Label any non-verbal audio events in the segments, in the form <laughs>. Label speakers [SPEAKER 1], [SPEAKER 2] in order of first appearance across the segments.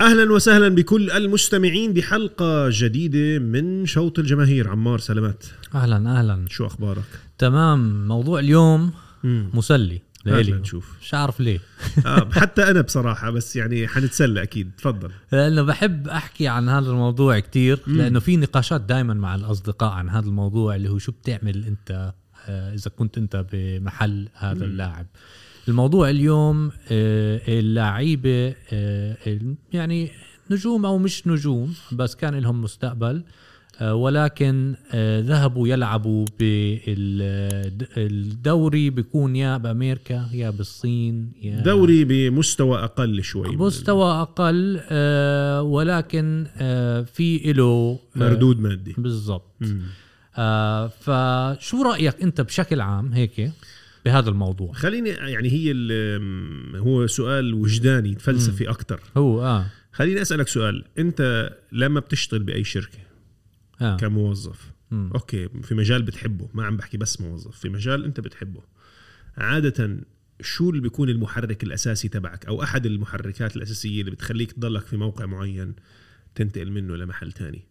[SPEAKER 1] واهلا وسهلا بكل المستمعين بحلقه جديده من شوط الجماهير عمار سلامات
[SPEAKER 2] اهلا اهلا
[SPEAKER 1] شو اخبارك
[SPEAKER 2] تمام موضوع اليوم
[SPEAKER 1] مم.
[SPEAKER 2] مسلي
[SPEAKER 1] هات
[SPEAKER 2] لإلي
[SPEAKER 1] لنشوف
[SPEAKER 2] مش عارف ليه
[SPEAKER 1] آه حتى انا بصراحه بس يعني حنتسلى اكيد تفضل
[SPEAKER 2] لانه بحب احكي عن هذا الموضوع كتير
[SPEAKER 1] مم.
[SPEAKER 2] لانه في نقاشات دائما مع الاصدقاء عن هذا الموضوع اللي هو شو بتعمل انت آه، اذا كنت انت بمحل هذا
[SPEAKER 1] مم.
[SPEAKER 2] اللاعب الموضوع اليوم آه، اللعيبه آه، ال- يعني نجوم او مش نجوم بس كان لهم مستقبل آه، ولكن آه، ذهبوا يلعبوا بالدوري بيكون يا بامريكا يا بالصين يا
[SPEAKER 1] دوري بمستوى اقل شوي من
[SPEAKER 2] مستوى اقل آه، ولكن آه، في له
[SPEAKER 1] ال- مردود مادي
[SPEAKER 2] بالضبط
[SPEAKER 1] آه، مم.
[SPEAKER 2] آه، فشو رايك انت بشكل عام هيك بهذا الموضوع
[SPEAKER 1] خليني يعني هي ال- هو سؤال وجداني فلسفي اكثر
[SPEAKER 2] هو اه
[SPEAKER 1] خليني اسالك سؤال انت لما بتشتغل باي شركه آه.
[SPEAKER 2] اه
[SPEAKER 1] كموظف
[SPEAKER 2] مم.
[SPEAKER 1] اوكي في مجال بتحبه ما عم بحكي بس موظف في مجال انت بتحبه عاده شو اللي بيكون المحرك الاساسي تبعك او احد المحركات الاساسيه اللي بتخليك تضلك في موقع معين تنتقل منه لمحل تاني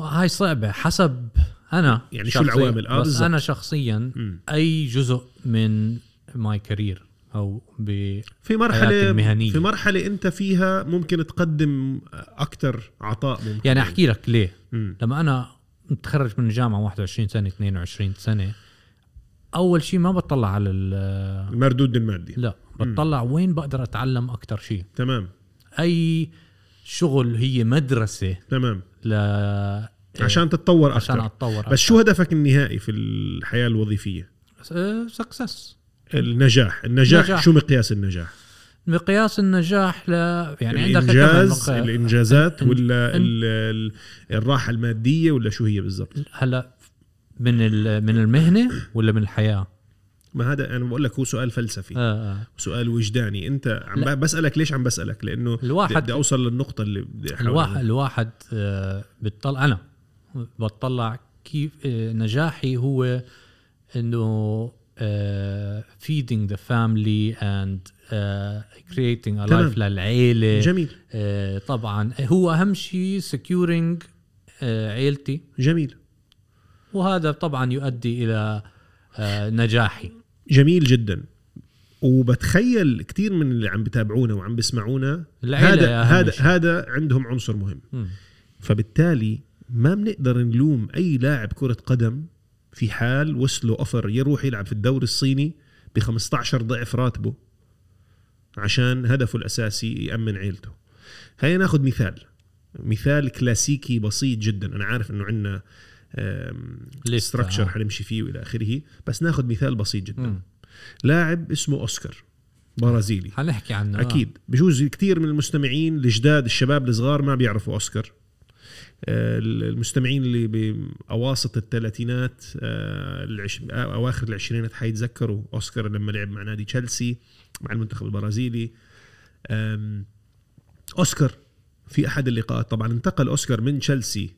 [SPEAKER 2] هاي صعبه حسب انا
[SPEAKER 1] يعني شو
[SPEAKER 2] شخصياً-
[SPEAKER 1] العوامل؟ آه،
[SPEAKER 2] بس
[SPEAKER 1] بالضبط.
[SPEAKER 2] انا شخصيا
[SPEAKER 1] مم.
[SPEAKER 2] اي جزء من ماي كارير او ب
[SPEAKER 1] في مرحله
[SPEAKER 2] حياتي المهنية.
[SPEAKER 1] في مرحله انت فيها ممكن تقدم اكثر عطاء ممكن
[SPEAKER 2] يعني احكي لك ليه
[SPEAKER 1] مم.
[SPEAKER 2] لما انا متخرج من الجامعه 21 سنه 22 سنه اول شيء ما بطلع على ال-
[SPEAKER 1] المردود المادي
[SPEAKER 2] لا بتطلع وين بقدر اتعلم اكثر شيء
[SPEAKER 1] تمام
[SPEAKER 2] اي شغل هي مدرسه
[SPEAKER 1] تمام
[SPEAKER 2] ل
[SPEAKER 1] عشان تتطور
[SPEAKER 2] إيه. عشان
[SPEAKER 1] اكثر
[SPEAKER 2] اتطور
[SPEAKER 1] بس شو هدفك النهائي في الحياه الوظيفيه
[SPEAKER 2] آه، سكسس
[SPEAKER 1] النجاح النجاح
[SPEAKER 2] إيه. نجاح.
[SPEAKER 1] شو مقياس النجاح
[SPEAKER 2] مقياس النجاح ل يعني عندك
[SPEAKER 1] الانجاز
[SPEAKER 2] كمان مقا-
[SPEAKER 1] الانجازات
[SPEAKER 2] إن-
[SPEAKER 1] ولا
[SPEAKER 2] إن-
[SPEAKER 1] ال- ال- الراحه الماديه ولا شو هي بالضبط
[SPEAKER 2] هلا من ال- من المهنه ولا من الحياه؟
[SPEAKER 1] ما هذا انا بقول لك هو سؤال فلسفي
[SPEAKER 2] آه آه.
[SPEAKER 1] سؤال وجداني انت عم
[SPEAKER 2] لا.
[SPEAKER 1] ب- بسالك ليش عم بسالك لانه
[SPEAKER 2] الواحد-
[SPEAKER 1] بدي اوصل للنقطه اللي بدي أحاول
[SPEAKER 2] الواحد
[SPEAKER 1] أعملها.
[SPEAKER 2] الواحد آه، بتطلع انا بتطلع كيف آه، نجاحي هو انه feeding the family and آه، creating a
[SPEAKER 1] تمام.
[SPEAKER 2] life للعيله
[SPEAKER 1] جميل
[SPEAKER 2] آه، طبعا هو اهم شيء securing آه، عيلتي
[SPEAKER 1] جميل
[SPEAKER 2] وهذا طبعا يؤدي الى آه، نجاحي
[SPEAKER 1] جميل جدا وبتخيل كثير من اللي عم بتابعونا وعم بيسمعونا
[SPEAKER 2] العيلة
[SPEAKER 1] هذا
[SPEAKER 2] أهم
[SPEAKER 1] هذا
[SPEAKER 2] شيء.
[SPEAKER 1] هذا عندهم عنصر مهم
[SPEAKER 2] مم.
[SPEAKER 1] فبالتالي ما بنقدر نلوم اي لاعب كره قدم في حال وصله اوفر يروح يلعب في الدوري الصيني ب 15 ضعف راتبه عشان هدفه الاساسي يامن عيلته خلينا ناخذ مثال مثال كلاسيكي بسيط جدا انا عارف انه عندنا
[SPEAKER 2] لسه، آه.
[SPEAKER 1] ستراكشر حنمشي فيه والى اخره بس ناخذ مثال بسيط جدا
[SPEAKER 2] مم.
[SPEAKER 1] لاعب اسمه اوسكار برازيلي
[SPEAKER 2] حنحكي عنه آه.
[SPEAKER 1] اكيد بجوز كثير من المستمعين الجداد الشباب الصغار ما بيعرفوا اوسكار آه، المستمعين اللي باواسط الثلاثينات آه، العش... آه، اواخر العشرينات حيتذكروا اوسكار لما لعب مع نادي تشيلسي مع المنتخب البرازيلي آم، اوسكار في احد اللقاءات طبعا انتقل اوسكار من تشيلسي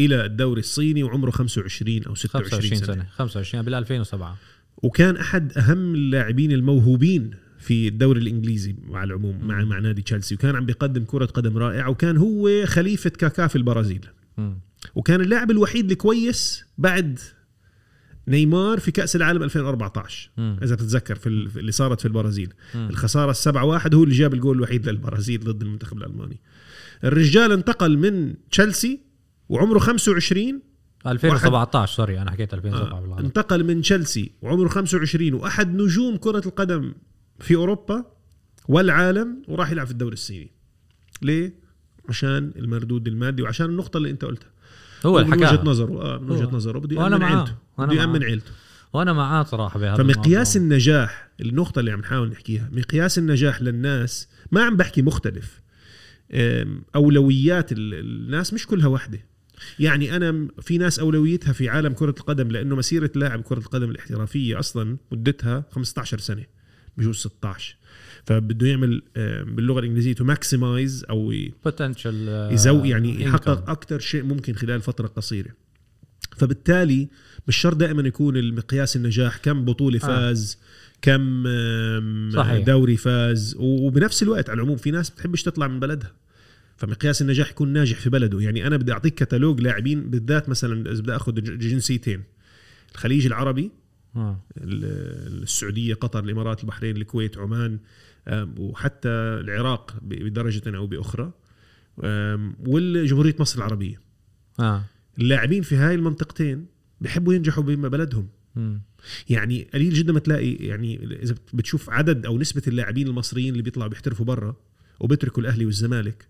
[SPEAKER 1] الى الدوري الصيني وعمره 25 او
[SPEAKER 2] آه.
[SPEAKER 1] 26
[SPEAKER 2] 25
[SPEAKER 1] سنه
[SPEAKER 2] سنه 25 بال 2007
[SPEAKER 1] وكان احد اهم اللاعبين الموهوبين في الدوري الانجليزي مع العموم مع مع نادي تشيلسي وكان عم بيقدم كره قدم رائعه وكان هو خليفه كاكا في البرازيل
[SPEAKER 2] مم.
[SPEAKER 1] وكان اللاعب الوحيد الكويس بعد نيمار في كاس العالم 2014
[SPEAKER 2] مم.
[SPEAKER 1] اذا بتتذكر في ال- في اللي صارت في البرازيل
[SPEAKER 2] مم.
[SPEAKER 1] الخساره السبعة واحد هو اللي جاب الجول الوحيد للبرازيل ضد المنتخب الالماني الرجال انتقل من تشيلسي وعمره 25
[SPEAKER 2] 2017 سوري انا حكيت 2007
[SPEAKER 1] آه.
[SPEAKER 2] بالغلط
[SPEAKER 1] انتقل من تشيلسي وعمره 25 واحد نجوم كرة القدم في اوروبا والعالم وراح يلعب في الدوري الصيني. ليه؟ عشان المردود المادي وعشان النقطة اللي انت قلتها.
[SPEAKER 2] هو اللي
[SPEAKER 1] من وجهة
[SPEAKER 2] حكاها
[SPEAKER 1] نظره اه من وجهة
[SPEAKER 2] هو.
[SPEAKER 1] نظره بده
[SPEAKER 2] وأنا
[SPEAKER 1] يأمن
[SPEAKER 2] معاه.
[SPEAKER 1] عيلته،
[SPEAKER 2] وأنا
[SPEAKER 1] بده يأمن
[SPEAKER 2] معاه.
[SPEAKER 1] عيلته.
[SPEAKER 2] وانا معاه صراحه بهذا
[SPEAKER 1] فمقياس
[SPEAKER 2] الموضوع.
[SPEAKER 1] النجاح النقطة اللي عم نحاول نحكيها، مقياس النجاح للناس ما عم بحكي مختلف. أم، أولويات ال- الناس مش كلها واحدة. يعني انا م- في ناس اولويتها في عالم كره القدم لانه مسيره لاعب كره القدم الاحترافيه اصلا مدتها 15 سنه بجوز 16 فبده يعمل آه، باللغه الانجليزيه تو ماكسمايز او ي-
[SPEAKER 2] potential آه،
[SPEAKER 1] يزو يعني
[SPEAKER 2] income.
[SPEAKER 1] يحقق اكثر شيء ممكن خلال فتره قصيره فبالتالي مش شرط دائما يكون المقياس النجاح كم بطوله فاز كم آم،
[SPEAKER 2] صحيح.
[SPEAKER 1] دوري فاز و- وبنفس الوقت على العموم في ناس بتحبش تطلع من بلدها فمقياس النجاح يكون ناجح في بلده يعني انا بدي اعطيك كتالوج لاعبين بالذات مثلا اذا بدي اخذ ج- جنسيتين الخليج العربي
[SPEAKER 2] آه.
[SPEAKER 1] ال- السعوديه قطر الامارات البحرين الكويت عمان آم، وحتى العراق ب- بدرجه او باخرى آم، والجمهوريه مصر العربيه
[SPEAKER 2] آه.
[SPEAKER 1] اللاعبين في هاي المنطقتين بحبوا ينجحوا ببلدهم
[SPEAKER 2] مم.
[SPEAKER 1] يعني قليل جدا ما تلاقي يعني اذا بت- بتشوف عدد او نسبه اللاعبين المصريين اللي بيطلعوا بيحترفوا برا وبيتركوا الاهلي والزمالك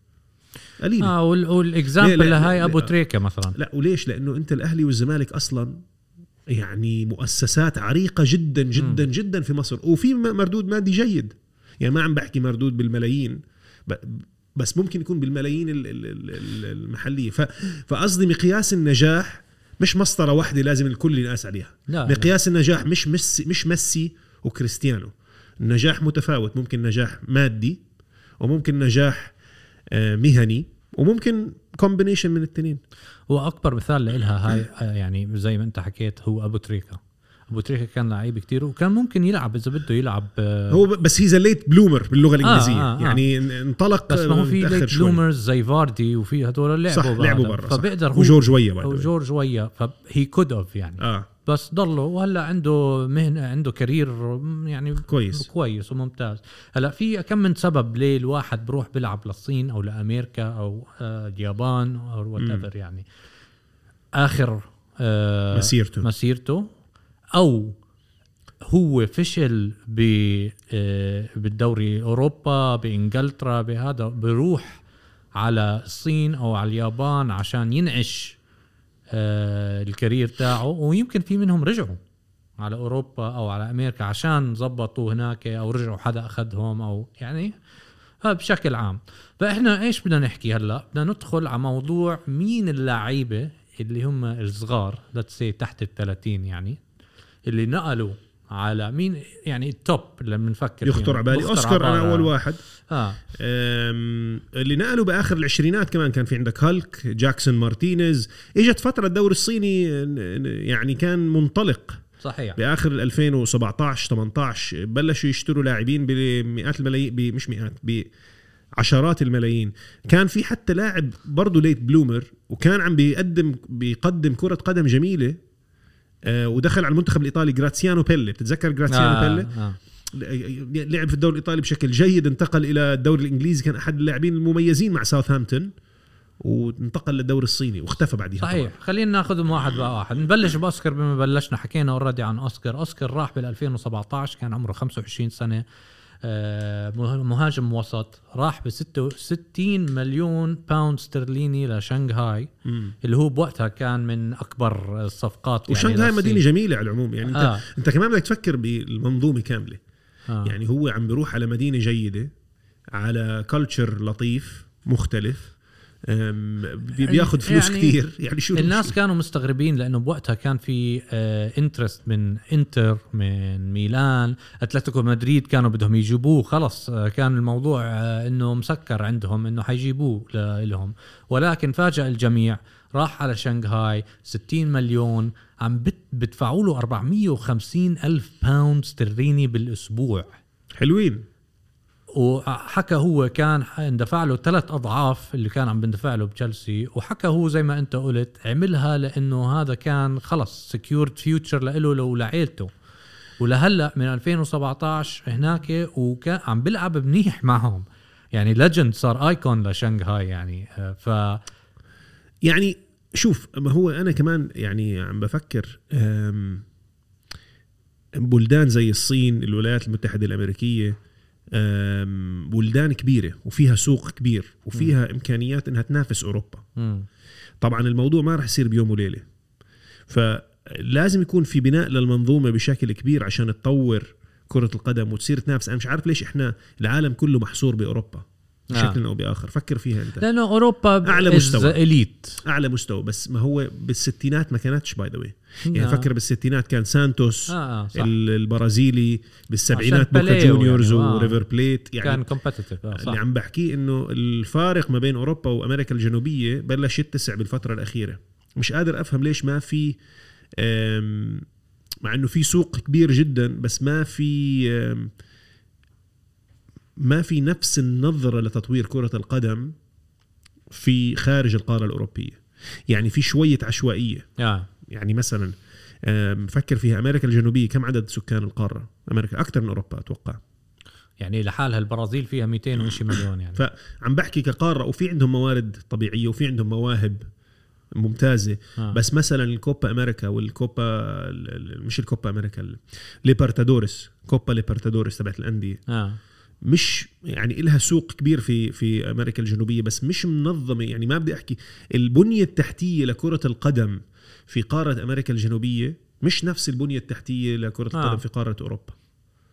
[SPEAKER 1] قليل آه.
[SPEAKER 2] اه وال-
[SPEAKER 1] ليه-
[SPEAKER 2] والاكزامبل
[SPEAKER 1] ليه-
[SPEAKER 2] لهاي
[SPEAKER 1] ليه-
[SPEAKER 2] ابو
[SPEAKER 1] آه.
[SPEAKER 2] تريكه مثلا
[SPEAKER 1] لا وليش لانه انت الاهلي والزمالك اصلا يعني مؤسسات عريقه جدا جدا جدا في مصر وفي م- مردود مادي جيد يعني ما عم بحكي مردود بالملايين ب- بس ممكن يكون بالملايين ال- ال- ال- ال- المحليه ف- فقصدي مقياس النجاح مش مسطره واحده لازم الكل ينقاس عليها
[SPEAKER 2] لا
[SPEAKER 1] مقياس النجاح مش ميسي مش ميسي وكريستيانو النجاح متفاوت ممكن نجاح مادي وممكن نجاح آه، مهني وممكن كومبينيشن من الاثنين
[SPEAKER 2] واكبر مثال لإلها هاي آه، يعني زي ما انت حكيت هو ابو تريكه ابو تريكه كان لعيب كتير وكان ممكن يلعب اذا بده يلعب آه،
[SPEAKER 1] هو ب- بس هي ذا ليت بلومر باللغه الانجليزيه
[SPEAKER 2] آه، آه.
[SPEAKER 1] يعني ان- انطلق
[SPEAKER 2] بس ما هو في
[SPEAKER 1] متأخر
[SPEAKER 2] ليت
[SPEAKER 1] شوي.
[SPEAKER 2] بلومرز زي فاردي وفي هدول لعبوا
[SPEAKER 1] صح لعبوا
[SPEAKER 2] بعدها.
[SPEAKER 1] برا صح.
[SPEAKER 2] فبقدر هو
[SPEAKER 1] وجورج ويا by the
[SPEAKER 2] او
[SPEAKER 1] way.
[SPEAKER 2] جورج ويا فهي كود اوف يعني
[SPEAKER 1] اه
[SPEAKER 2] بس ضله وهلا عنده مهنه عنده كارير يعني
[SPEAKER 1] كويس.
[SPEAKER 2] كويس وممتاز هلا في كم من سبب ليه الواحد بروح بيلعب للصين او لامريكا او آه، اليابان او وات ايفر يعني اخر آه،
[SPEAKER 1] مسيرته.
[SPEAKER 2] مسيرته او هو فشل ب آه، بالدوري اوروبا بانجلترا بهذا بروح على الصين او على اليابان عشان ينعش آه، الكارير تاعه ويمكن في منهم رجعوا على اوروبا او على امريكا عشان زبطوا هناك او رجعوا حدا اخذهم او يعني ها بشكل عام فاحنا ايش بدنا نحكي هلا بدنا ندخل على موضوع مين اللعيبه اللي هم الصغار ليتس تحت ال 30 يعني اللي نقلوا على مين يعني التوب اللي بنفكر فيهم.
[SPEAKER 1] يخطر على بالي
[SPEAKER 2] بخطر
[SPEAKER 1] اوسكار انا
[SPEAKER 2] عبالنا.
[SPEAKER 1] اول واحد
[SPEAKER 2] اه
[SPEAKER 1] أم، اللي نقلوا باخر العشرينات كمان كان في عندك هالك جاكسون مارتينيز اجت فتره الدوري الصيني ن- ن- يعني كان منطلق
[SPEAKER 2] صحيح
[SPEAKER 1] باخر ال 2017 18 بلشوا يشتروا لاعبين بمئات الملايين ب- مش مئات بعشرات الملايين كان في حتى لاعب برضه ليت بلومر وكان عم بيقدم بيقدم كره قدم جميله آه، ودخل على المنتخب الايطالي جراتسيانو بيلي بتتذكر جراتسيانو آه. بيلي
[SPEAKER 2] آه.
[SPEAKER 1] لعب في الدوري الايطالي بشكل جيد انتقل الى الدوري الانجليزي كان احد اللاعبين المميزين مع ساوثهامبتون وانتقل للدوري الصيني واختفى بعديها
[SPEAKER 2] صحيح طيب، خلينا ناخذهم واحد واحد نبلش باوسكار بما بلشنا حكينا اوريدي عن اوسكار اوسكار راح بال 2017 كان عمره 25 سنه آه، مه- مهاجم وسط راح ب 66 مليون باوند استرليني لشنغهاي
[SPEAKER 1] مم.
[SPEAKER 2] اللي هو بوقتها كان من اكبر الصفقات يعني
[SPEAKER 1] وشنغهاي
[SPEAKER 2] للصين.
[SPEAKER 1] مدينه جميله على العموم يعني انت
[SPEAKER 2] آه.
[SPEAKER 1] آه. انت كمان بدك تفكر بالمنظومه كامله
[SPEAKER 2] آه.
[SPEAKER 1] يعني هو عم بيروح على مدينه جيده على كلتشر لطيف مختلف أم، بي- بياخد فلوس
[SPEAKER 2] يعني
[SPEAKER 1] يعني كتير <laughs> يعني شو
[SPEAKER 2] الناس
[SPEAKER 1] المشكلة؟
[SPEAKER 2] كانوا مستغربين لانه بوقتها كان في انترست من انتر من ميلان اتلتيكو مدريد كانوا بدهم يجيبوه خلص آه، كان الموضوع آه، انه مسكر عندهم انه حيجيبوه ل- لهم ولكن فاجأ الجميع راح على شنغهاي 60 مليون عم بت- بدفعوا له 450 الف باوند استرليني بالاسبوع
[SPEAKER 1] حلوين
[SPEAKER 2] وحكى هو كان اندفع له ثلاث اضعاف اللي كان عم بندفع له بتشيلسي وحكى هو زي ما انت قلت عملها لانه هذا كان خلص سكيورد فيوتشر لإله لو لعيلته ولهلا من 2017 هناك وكان عم بيلعب منيح معهم يعني ليجند صار ايكون لشنغهاي يعني آه، ف
[SPEAKER 1] يعني شوف ما هو انا كمان يعني عم بفكر أم، بلدان زي الصين الولايات المتحده الامريكيه أم، بلدان كبيره وفيها سوق كبير وفيها امكانيات انها تنافس اوروبا
[SPEAKER 2] مم.
[SPEAKER 1] طبعا الموضوع ما رح يصير بيوم وليله فلازم يكون في بناء للمنظومه بشكل كبير عشان تطور كره القدم وتصير تنافس انا مش عارف ليش احنا العالم كله محصور باوروبا
[SPEAKER 2] نعم.
[SPEAKER 1] بشكل او باخر فكر فيها انت
[SPEAKER 2] لانه اوروبا
[SPEAKER 1] أعلى
[SPEAKER 2] is
[SPEAKER 1] مستوى.
[SPEAKER 2] the elite.
[SPEAKER 1] اعلى مستوى بس ما هو بالستينات ما كانتش باي ذا واي يعني
[SPEAKER 2] نعم.
[SPEAKER 1] فكر بالستينات كان سانتوس
[SPEAKER 2] آه، آه، صح.
[SPEAKER 1] ال- البرازيلي بالسبعينات
[SPEAKER 2] عشان
[SPEAKER 1] بوكا
[SPEAKER 2] بلايو
[SPEAKER 1] جونيورز
[SPEAKER 2] يعني، آه.
[SPEAKER 1] وريفر بليت يعني
[SPEAKER 2] كان كومبتيتيف آه صح.
[SPEAKER 1] اللي عم بحكيه انه الفارق ما بين اوروبا وامريكا الجنوبيه بلش يتسع بالفتره الاخيره مش قادر افهم ليش ما في أم، مع انه في سوق كبير جدا بس ما في أم، ما في نفس النظره لتطوير كره القدم في خارج القاره الاوروبيه يعني في شويه عشوائيه
[SPEAKER 2] آه.
[SPEAKER 1] يعني مثلا أم، فكر فيها امريكا الجنوبيه كم عدد سكان القاره امريكا اكثر من اوروبا اتوقع
[SPEAKER 2] يعني لحالها البرازيل فيها 200 وشي مليون يعني
[SPEAKER 1] ف- عم بحكي كقاره وفي عندهم موارد طبيعيه وفي عندهم مواهب ممتازه
[SPEAKER 2] آه.
[SPEAKER 1] بس مثلا الكوبا امريكا والكوبا ال- ال- مش الكوبا امريكا ليبرتادوريس كوبا ليبرتادوريس تبعت الانديه
[SPEAKER 2] آه.
[SPEAKER 1] مش يعني إلها سوق كبير في في امريكا الجنوبيه بس مش منظمه يعني ما بدي احكي البنيه التحتيه لكره القدم في قاره امريكا الجنوبيه مش نفس البنيه التحتيه لكره
[SPEAKER 2] آه.
[SPEAKER 1] القدم في قاره اوروبا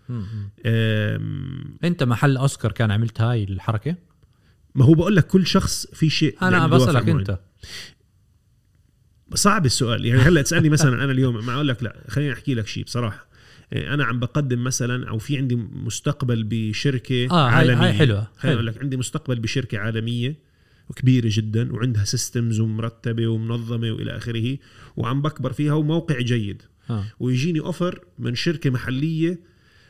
[SPEAKER 2] م- م.
[SPEAKER 1] أم،
[SPEAKER 2] انت محل اوسكار كان عملت هاي الحركه
[SPEAKER 1] ما هو بقول لك كل شخص في شيء يعني
[SPEAKER 2] انا
[SPEAKER 1] بيعمل دوافع
[SPEAKER 2] بسالك
[SPEAKER 1] معينة.
[SPEAKER 2] انت
[SPEAKER 1] صعب السؤال يعني هلا تسالني مثلا انا اليوم ما اقول لك لا خليني احكي لك شيء بصراحه إيه، انا عم بقدم مثلا او في عندي مستقبل بشركه
[SPEAKER 2] اه هاي,
[SPEAKER 1] عالميه
[SPEAKER 2] هاي حلوه
[SPEAKER 1] خليني
[SPEAKER 2] حلو.
[SPEAKER 1] اقول لك عندي مستقبل بشركه عالميه وكبيره جدا وعندها سيستمز ومرتبه ومنظمه والى اخره وعم بكبر فيها وموقع جيد
[SPEAKER 2] آه.
[SPEAKER 1] ويجيني اوفر من شركه محليه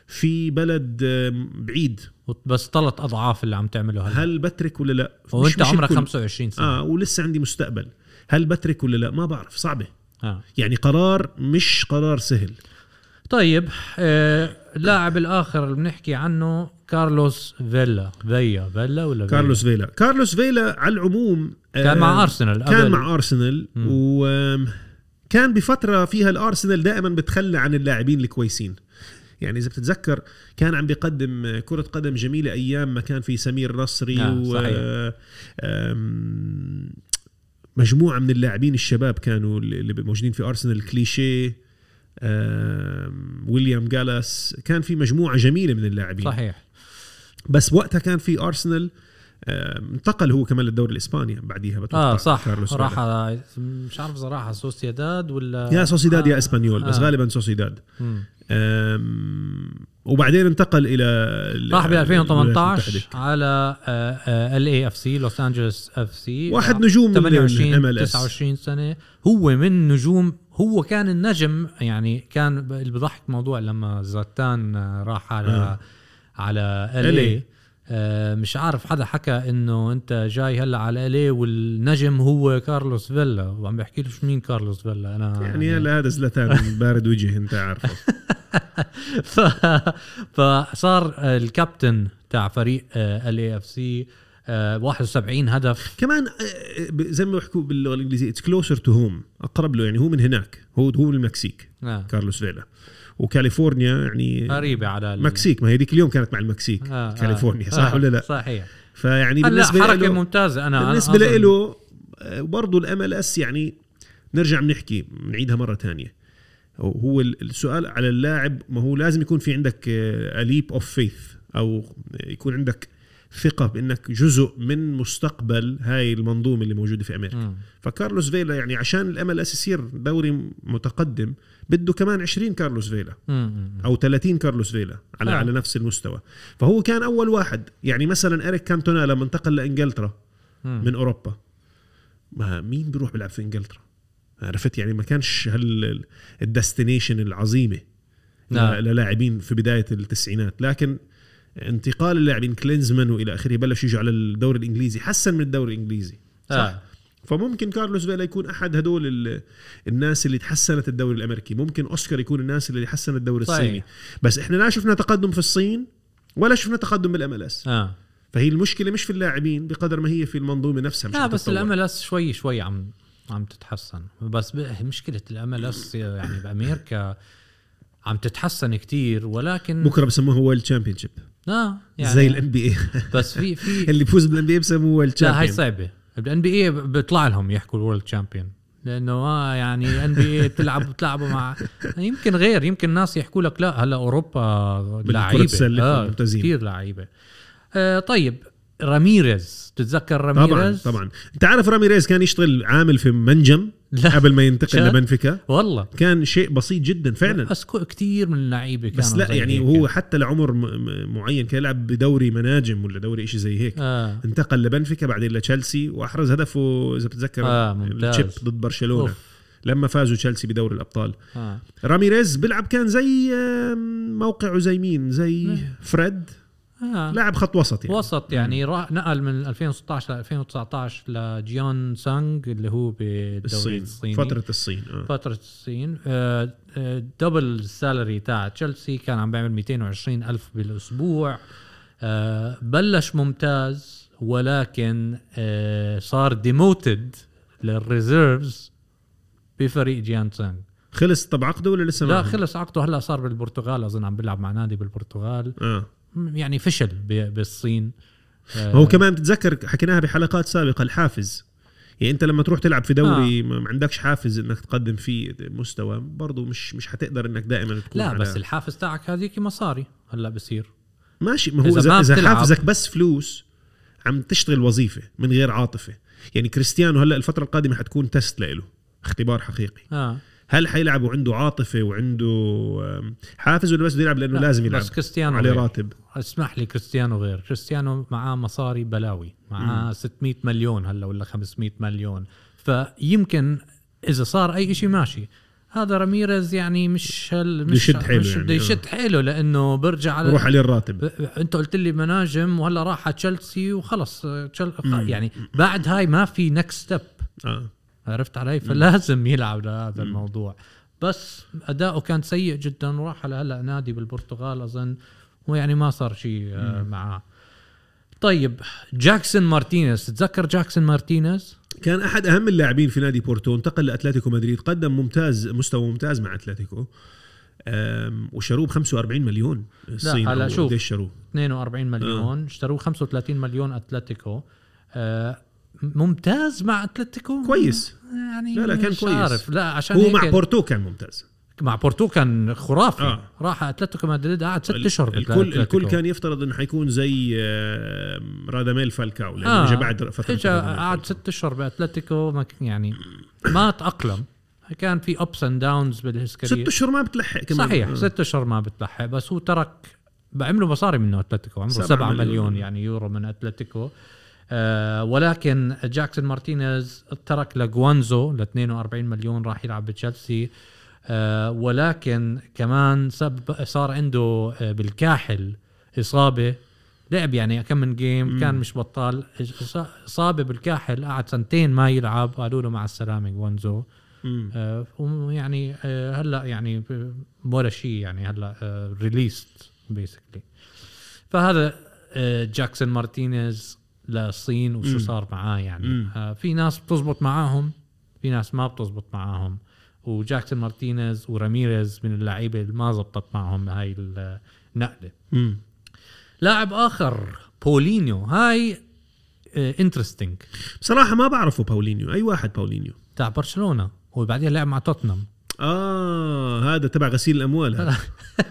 [SPEAKER 1] في بلد آم، بعيد
[SPEAKER 2] بس ثلاث اضعاف اللي عم تعمله هلا
[SPEAKER 1] هل بترك ولا لا مش-
[SPEAKER 2] وانت
[SPEAKER 1] مش
[SPEAKER 2] عمرك
[SPEAKER 1] الكل.
[SPEAKER 2] 25 سنه
[SPEAKER 1] اه ولسه عندي مستقبل هل بترك ولا لا ما بعرف صعبه
[SPEAKER 2] آه.
[SPEAKER 1] يعني قرار مش قرار سهل
[SPEAKER 2] طيب آه، اللاعب الاخر اللي بنحكي عنه كارلوس فيلا فيا فيلا ولا فيلا؟
[SPEAKER 1] كارلوس فيلا كارلوس فيلا على العموم آه،
[SPEAKER 2] كان مع ارسنال
[SPEAKER 1] كان
[SPEAKER 2] قبل.
[SPEAKER 1] مع ارسنال
[SPEAKER 2] مم.
[SPEAKER 1] وكان بفتره فيها الارسنال دائما بتخلى عن اللاعبين الكويسين يعني اذا بتتذكر كان عم بيقدم آه، كره قدم جميله ايام ما كان في سمير نصري
[SPEAKER 2] آه،
[SPEAKER 1] و
[SPEAKER 2] صحيح.
[SPEAKER 1] آه، آم، مجموعه من اللاعبين الشباب كانوا اللي موجودين في ارسنال كليشيه آم، ويليام جالاس كان في مجموعه جميله من اللاعبين
[SPEAKER 2] صحيح
[SPEAKER 1] بس وقتها كان في ارسنال آه، انتقل هو كمان للدوري الاسباني بعديها بتوقع
[SPEAKER 2] اه صح
[SPEAKER 1] كارلوس
[SPEAKER 2] راح
[SPEAKER 1] راح
[SPEAKER 2] على- مش عارف صراحه سوسيداد ولا
[SPEAKER 1] يا سوسيداد يا اسبانيول بس
[SPEAKER 2] آه.
[SPEAKER 1] غالبا سوسيداد
[SPEAKER 2] مم.
[SPEAKER 1] آم، وبعدين انتقل الى ال-
[SPEAKER 2] راح ب
[SPEAKER 1] الولايات
[SPEAKER 2] 2018 على آه، ال اي اف سي لوس انجلوس اف سي
[SPEAKER 1] واحد نجوم من
[SPEAKER 2] 28
[SPEAKER 1] MLS.
[SPEAKER 2] 29 سنه هو من نجوم هو كان النجم يعني كان ب- اللي بضحك موضوع لما زلاتان آه، راح على
[SPEAKER 1] آه.
[SPEAKER 2] على
[SPEAKER 1] LA.
[SPEAKER 2] ال اي مش عارف حدا حكى انه انت جاي هلا على ال اي والنجم هو كارلوس فيلا وعم بحكي له شو مين كارلوس فيلا انا
[SPEAKER 1] يعني هلا هذا
[SPEAKER 2] <laughs>
[SPEAKER 1] زلتان بارد وجهه انت عارفه
[SPEAKER 2] ف... فصار الكابتن تاع فريق آه، ال اي اف سي 71 آه، هدف
[SPEAKER 1] كمان آه، ب- زي ما بيحكوا باللغه الانجليزيه اتس كلوزر تو هوم اقرب له يعني هو من هناك هو هو من المكسيك
[SPEAKER 2] آه.
[SPEAKER 1] كارلوس فيلا وكاليفورنيا يعني
[SPEAKER 2] قريبة على ال-
[SPEAKER 1] مكسيك ما هي ديك اليوم كانت مع المكسيك
[SPEAKER 2] آه، آه.
[SPEAKER 1] كاليفورنيا صح ولا لا
[SPEAKER 2] صحيح
[SPEAKER 1] فيعني
[SPEAKER 2] هلا
[SPEAKER 1] بالنسبه
[SPEAKER 2] حركة
[SPEAKER 1] له-
[SPEAKER 2] ممتازة انا نعم، أنا
[SPEAKER 1] بالنسبه
[SPEAKER 2] أظن-
[SPEAKER 1] له برضه الام ال اس يعني نرجع بنحكي بنعيدها مره تانية هو ال- السؤال على اللاعب ما هو لازم يكون في عندك آه، اليب اوف فيث او يكون عندك ثقه بانك جزء من مستقبل هاي المنظومه اللي موجوده في امريكا
[SPEAKER 2] مم.
[SPEAKER 1] فكارلوس فيلا يعني عشان الام ال اس يصير دوري متقدم بده كمان 20 كارلوس فيلا
[SPEAKER 2] مم.
[SPEAKER 1] او 30 كارلوس فيلا على
[SPEAKER 2] آه.
[SPEAKER 1] على نفس المستوى فهو كان اول واحد يعني مثلا اريك كانتونا لما انتقل لانجلترا
[SPEAKER 2] مم.
[SPEAKER 1] من اوروبا ما مين بيروح بيلعب في انجلترا عرفت يعني ما كانش هال الدستنيشن العظيمه
[SPEAKER 2] نعم.
[SPEAKER 1] ل- للاعبين في بدايه التسعينات لكن انتقال اللاعبين كلينزمان والى اخره بلش يجوا على الدوري الانجليزي حسن من الدوري الانجليزي صح
[SPEAKER 2] آه.
[SPEAKER 1] فممكن كارلوس فيلا يكون احد هدول ال- الناس اللي تحسنت الدوري الامريكي ممكن اوسكار يكون الناس اللي حسنت الدوري
[SPEAKER 2] صحيح.
[SPEAKER 1] الصيني بس احنا لا شفنا تقدم في الصين ولا شفنا تقدم بالام ال اس
[SPEAKER 2] اه
[SPEAKER 1] فهي المشكله مش في اللاعبين بقدر ما هي في المنظومه نفسها مش
[SPEAKER 2] لا بس
[SPEAKER 1] الام
[SPEAKER 2] الام اس شوي شوي عم عم تتحسن بس ب- مشكلة الام اس يعني بامريكا عم تتحسن كتير ولكن
[SPEAKER 1] بكره بسموها وورلد تشامبيون شيب
[SPEAKER 2] اه يعني
[SPEAKER 1] زي الان بي اي
[SPEAKER 2] بس في
[SPEAKER 1] <laughs>
[SPEAKER 2] في
[SPEAKER 1] اللي بفوز بالان بي اي بسموه وورلد
[SPEAKER 2] لا هاي
[SPEAKER 1] تشامبيون
[SPEAKER 2] صعبه الان بي اي بيطلع لهم يحكوا الورلد تشامبيون لانه اه يعني <laughs> الان بي اي بتلعب بتلعبوا مع يمكن غير يمكن ناس يحكوا لك لا هلا اوروبا
[SPEAKER 1] بالكرة
[SPEAKER 2] لعيبه
[SPEAKER 1] السلة
[SPEAKER 2] آه
[SPEAKER 1] ممتازين.
[SPEAKER 2] كثير لعيبه آه طيب راميريز تتذكر
[SPEAKER 1] طبعا
[SPEAKER 2] راميريز
[SPEAKER 1] طبعا انت عارف راميريز كان يشتغل عامل في منجم
[SPEAKER 2] لا
[SPEAKER 1] قبل ما
[SPEAKER 2] شا-
[SPEAKER 1] ينتقل لبنفيكا
[SPEAKER 2] والله
[SPEAKER 1] كان شيء بسيط جدا فعلا
[SPEAKER 2] بس كثير من اللعيبه كانوا
[SPEAKER 1] بس لا
[SPEAKER 2] زي
[SPEAKER 1] يعني
[SPEAKER 2] هيك.
[SPEAKER 1] وهو حتى لعمر م- م- معين كان يلعب بدوري مناجم ولا دوري شيء زي هيك
[SPEAKER 2] آه.
[SPEAKER 1] انتقل لبنفيكا بعدين لتشيلسي واحرز هدفه اذا بتتذكر
[SPEAKER 2] آه، ممتاز.
[SPEAKER 1] التشيب ضد برشلونه أوف.
[SPEAKER 2] أوف.
[SPEAKER 1] لما فازوا تشيلسي بدوري الابطال
[SPEAKER 2] آه.
[SPEAKER 1] راميريز بيلعب كان زي آم، موقعه زي مين زي فريد
[SPEAKER 2] آه.
[SPEAKER 1] لاعب خط وسط يعني
[SPEAKER 2] وسط يعني راح نقل من 2016 ل 2019 لجيون سانغ اللي هو بالدوري
[SPEAKER 1] الصين
[SPEAKER 2] الصيني
[SPEAKER 1] فتره الصين آه.
[SPEAKER 2] فترة الصين آه، آه، دبل السالري تاع تشيلسي كان عم بيعمل 220 ألف بالأسبوع آه، بلش ممتاز ولكن آه، صار ديموتد للريزيرفز بفريق جيان سانغ
[SPEAKER 1] خلص طب عقده ولا لسه
[SPEAKER 2] لا
[SPEAKER 1] معهم؟
[SPEAKER 2] خلص عقده هلا صار بالبرتغال اظن عم بيلعب مع نادي بالبرتغال
[SPEAKER 1] اه
[SPEAKER 2] م- يعني فشل ب- بالصين آه،
[SPEAKER 1] هو كمان بتتذكر حكيناها بحلقات سابقه الحافز يعني انت لما تروح تلعب في دوري آه. ما عندكش حافز انك تقدم فيه مستوى برضه مش مش حتقدر انك دائما تكون
[SPEAKER 2] لا
[SPEAKER 1] على-
[SPEAKER 2] بس الحافز تاعك هذيك مصاري هلا بصير
[SPEAKER 1] ماشي ما هو
[SPEAKER 2] إذا
[SPEAKER 1] اذا
[SPEAKER 2] ما
[SPEAKER 1] اذا
[SPEAKER 2] بتلعب-
[SPEAKER 1] حافزك بس فلوس عم تشتغل وظيفه من غير عاطفه يعني كريستيانو هلا الفتره القادمه حتكون تست لإله اختبار حقيقي
[SPEAKER 2] اه
[SPEAKER 1] هل حيلعب وعنده عاطفه وعنده آم، حافز ولا بس بده يلعب لانه
[SPEAKER 2] لا،
[SPEAKER 1] لازم يلعب
[SPEAKER 2] بس كريستيانو
[SPEAKER 1] عليه
[SPEAKER 2] غير.
[SPEAKER 1] راتب
[SPEAKER 2] اسمح لي كريستيانو غير كريستيانو معاه مصاري بلاوي معاه 600 مليون هلا ولا 500 مليون فيمكن اذا صار اي شيء ماشي هذا راميريز يعني مش هل مش
[SPEAKER 1] يشد حيله
[SPEAKER 2] مش
[SPEAKER 1] يعني،
[SPEAKER 2] بده
[SPEAKER 1] آه.
[SPEAKER 2] يشد حيله لانه برجع على
[SPEAKER 1] بروح عليه الراتب
[SPEAKER 2] انت قلت لي مناجم وهلا راح على تشيلسي وخلص تشل... يعني بعد هاي ما في نكست ستيب
[SPEAKER 1] اه
[SPEAKER 2] عرفت علي فلازم يلعب لهذا الموضوع بس اداؤه كان سيء جدا وراح على هلا نادي بالبرتغال اظن ويعني ما صار شيء آه، معاه طيب جاكسون مارتينيز تتذكر جاكسون مارتينيز
[SPEAKER 1] كان احد اهم اللاعبين في نادي بورتو انتقل لاتلتيكو مدريد قدم ممتاز مستوى ممتاز مع اتلتيكو أم، وشروه ب 45 مليون الصين
[SPEAKER 2] هلا
[SPEAKER 1] أو
[SPEAKER 2] شوف.
[SPEAKER 1] قديش شروه
[SPEAKER 2] 42 مليون اشتروه 35 مليون اتلتيكو آه، ممتاز مع اتلتيكو
[SPEAKER 1] كويس
[SPEAKER 2] يعني
[SPEAKER 1] لا، لا، كان
[SPEAKER 2] مش
[SPEAKER 1] كويس.
[SPEAKER 2] عارف لا عشان
[SPEAKER 1] هو
[SPEAKER 2] هيك يعني.
[SPEAKER 1] مع بورتو كان ممتاز
[SPEAKER 2] مع بورتو كان خرافي
[SPEAKER 1] آه.
[SPEAKER 2] آه. راح على اتلتيكو مدريد قعد ست
[SPEAKER 1] ال-
[SPEAKER 2] اشهر
[SPEAKER 1] الكل الكل كان يفترض انه حيكون زي أم، راداميل فالكاو لانه
[SPEAKER 2] آه.
[SPEAKER 1] اجى بعد فتره
[SPEAKER 2] اجى
[SPEAKER 1] راداميل
[SPEAKER 2] قعد
[SPEAKER 1] فالكاو.
[SPEAKER 2] ست اشهر باتلتيكو ما ك- يعني ما تاقلم كان في ابس اند داونز بالهيز
[SPEAKER 1] ست
[SPEAKER 2] كارير
[SPEAKER 1] اشهر ما بتلحق كمان
[SPEAKER 2] صحيح
[SPEAKER 1] آه.
[SPEAKER 2] ست اشهر ما بتلحق بس هو ترك بعمله مصاري منه اتلتيكو عمره
[SPEAKER 1] سبعة
[SPEAKER 2] 7
[SPEAKER 1] مليون.
[SPEAKER 2] مليون يعني يورو من اتلتيكو آه ولكن جاكسون مارتينيز ترك لجوانزو ل 42 مليون راح يلعب بتشيلسي آه ولكن كمان سب صار عنده آه، بالكاحل اصابه لعب يعني كم من جيم كان مش بطال إص- اصابه بالكاحل قعد سنتين ما يلعب قالوا له مع السلامه جوانزو آه
[SPEAKER 1] مم.
[SPEAKER 2] آه، ويعني آه، هلا يعني ب- ولا شيء يعني هلا ريليست بيسكلي فهذا آه، جاكسون مارتينيز للصين وشو
[SPEAKER 1] مم.
[SPEAKER 2] صار معاه يعني
[SPEAKER 1] مم.
[SPEAKER 2] آه، في ناس بتزبط معاهم في ناس ما بتزبط معاهم وجاكسون مارتينيز وراميريز من اللعيبه اللي ما زبطت معهم هاي النقله
[SPEAKER 1] مم.
[SPEAKER 2] لاعب اخر بولينيو هاي آه، انترستنج
[SPEAKER 1] بصراحه ما بعرفه باولينيو اي واحد باولينيو
[SPEAKER 2] تاع برشلونه وبعدين لعب مع توتنهام
[SPEAKER 1] اه هذا تبع غسيل الاموال هذا.
[SPEAKER 2] <laughs>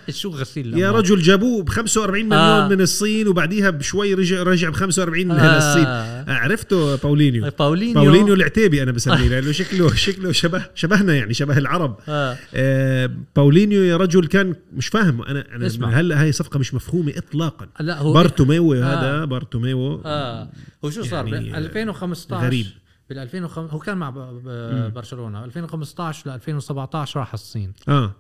[SPEAKER 2] شو غسيل
[SPEAKER 1] يا
[SPEAKER 2] الأموال.
[SPEAKER 1] رجل جابوه ب 45 مليون
[SPEAKER 2] آه.
[SPEAKER 1] آه. من الصين وبعديها بشوي رجع رجع ب 45 آه. للصين آه، عرفته باولينيو
[SPEAKER 2] طيب، باولينيو
[SPEAKER 1] باولينيو العتيبي انا بسميه لانه شكله شكله شبه شبهنا يعني شبه العرب
[SPEAKER 2] آه.
[SPEAKER 1] آه باولينيو يا رجل كان مش فاهم انا انا
[SPEAKER 2] اسمع.
[SPEAKER 1] من هلا هاي صفقه مش مفهومه اطلاقا
[SPEAKER 2] لا هو
[SPEAKER 1] بارتوميو
[SPEAKER 2] آه.
[SPEAKER 1] هذا بارتوميو
[SPEAKER 2] اه هو شو صار
[SPEAKER 1] يعني
[SPEAKER 2] بال 2015
[SPEAKER 1] غريب.
[SPEAKER 2] بال 2005 هو كان مع ب- ب- برشلونه 2015 ل 2017 راح الصين
[SPEAKER 1] اه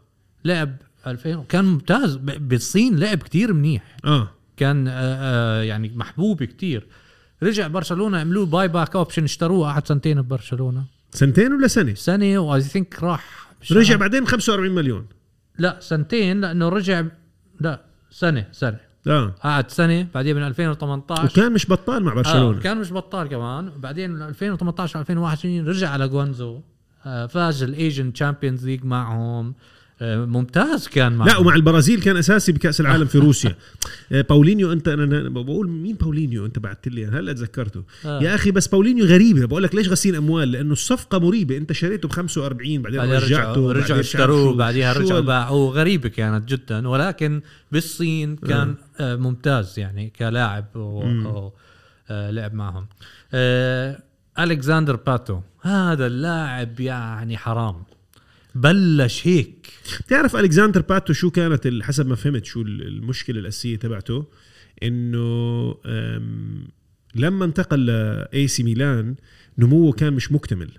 [SPEAKER 2] لعب 2000 كان ممتاز ب- بالصين لعب كتير منيح
[SPEAKER 1] اه
[SPEAKER 2] كان آه آه يعني محبوب كتير رجع برشلونه عملوه باي باك اوبشن اشتروه قعد سنتين ببرشلونه
[SPEAKER 1] سنتين ولا سنه
[SPEAKER 2] سنه واي ثينك راح مش
[SPEAKER 1] رجع
[SPEAKER 2] عارف.
[SPEAKER 1] بعدين 45 مليون
[SPEAKER 2] لا سنتين لانه رجع لا سنه سنه
[SPEAKER 1] اه
[SPEAKER 2] قعد سنه بعدين من 2018
[SPEAKER 1] وكان مش بطال مع
[SPEAKER 2] برشلونه
[SPEAKER 1] برشلونه
[SPEAKER 2] كان آه، مش بطال كمان بعدين من 2018 2021 رجع على جوانزو آه، فاز الايجن تشامبيونز ليج معهم آه، ممتاز كان معهم
[SPEAKER 1] لا ومع البرازيل كان اساسي بكاس العالم
[SPEAKER 2] <laughs>
[SPEAKER 1] في روسيا آه، باولينيو انت انا أنا بقول مين باولينيو انت بعت لي أنا هلا تذكرته
[SPEAKER 2] آه.
[SPEAKER 1] آه. يا اخي بس باولينيو غريبه بقول لك ليش غسيل اموال لانه الصفقه مريبه انت شريته ب 45 بعدين
[SPEAKER 2] بعدين
[SPEAKER 1] رجعته
[SPEAKER 2] رجعوا
[SPEAKER 1] بعدين
[SPEAKER 2] رجعوا
[SPEAKER 1] مش عارف
[SPEAKER 2] اشتروه
[SPEAKER 1] شو-
[SPEAKER 2] بعديها
[SPEAKER 1] شو
[SPEAKER 2] رجعوا
[SPEAKER 1] ال-
[SPEAKER 2] باعوه غريبه كانت جدا آه، ولكن بالصين كان آه، ممتاز يعني كلاعب و- و- آه، لعب معهم آه، الكساندر باتو هذا اللاعب يعني حرام بلش هيك
[SPEAKER 1] بتعرف الكساندر باتو شو كانت ال- حسب ما فهمت شو ال- المشكله الاساسيه تبعته انه أم، لما انتقل لاي سي ميلان نموه كان مش مكتمل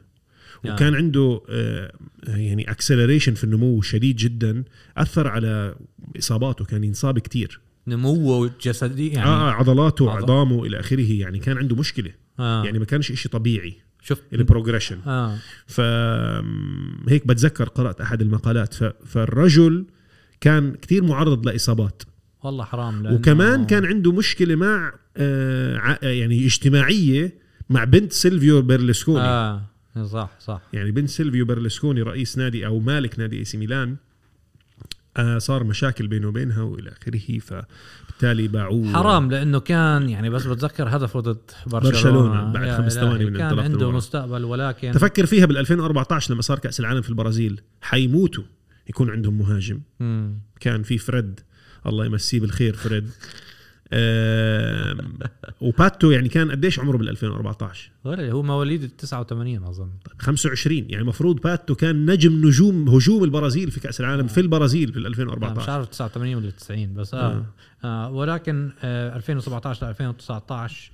[SPEAKER 2] نعم.
[SPEAKER 1] وكان عنده آه، يعني اكسلريشن في النمو شديد جدا اثر على اصاباته كان ينصاب كتير
[SPEAKER 2] نموه جسدي
[SPEAKER 1] يعني
[SPEAKER 2] يعني
[SPEAKER 1] آه عضلاته
[SPEAKER 2] عضل-
[SPEAKER 1] وعظامه الى اخره يعني كان عنده مشكله
[SPEAKER 2] آه.
[SPEAKER 1] يعني ما كانش إشي طبيعي
[SPEAKER 2] شفت
[SPEAKER 1] البروجريشن
[SPEAKER 2] اه
[SPEAKER 1] فهيك بتذكر قرات احد المقالات ف- فالرجل كان كتير معرض لاصابات
[SPEAKER 2] والله حرام لأنه-
[SPEAKER 1] وكمان كان عنده مشكله مع آه ع- يعني اجتماعيه مع بنت سيلفيو بيرلسكوني آه.
[SPEAKER 2] اه صح صح
[SPEAKER 1] يعني بنت سيلفيو بيرلسكوني رئيس نادي او مالك نادي اي سي ميلان آه صار مشاكل بينه وبينها والى اخره فبالتالي باعوه
[SPEAKER 2] حرام لانه كان يعني بس بتذكر هدفه ضد برشلونه,
[SPEAKER 1] برشلونة بعد
[SPEAKER 2] يا
[SPEAKER 1] خمس
[SPEAKER 2] إلهي،
[SPEAKER 1] ثواني من
[SPEAKER 2] كان
[SPEAKER 1] انطلاق
[SPEAKER 2] عنده
[SPEAKER 1] المباراة.
[SPEAKER 2] مستقبل ولكن
[SPEAKER 1] تفكر فيها بال 2014 لما صار كاس العالم في البرازيل حيموتوا يكون عندهم مهاجم
[SPEAKER 2] مم.
[SPEAKER 1] كان في فريد الله يمسيه بالخير فريد آم، وباتو يعني كان قديش عمره بال 2014
[SPEAKER 2] ولا هو مواليد ال 89 اظن
[SPEAKER 1] 25 يعني المفروض باتو كان نجم نجوم هجوم البرازيل في كاس العالم في البرازيل في
[SPEAKER 2] لا، نعم. مش
[SPEAKER 1] 2014
[SPEAKER 2] عارف 89 ولا 90 بس
[SPEAKER 1] آه.
[SPEAKER 2] آه. آه ولكن آه 2017 ل 2019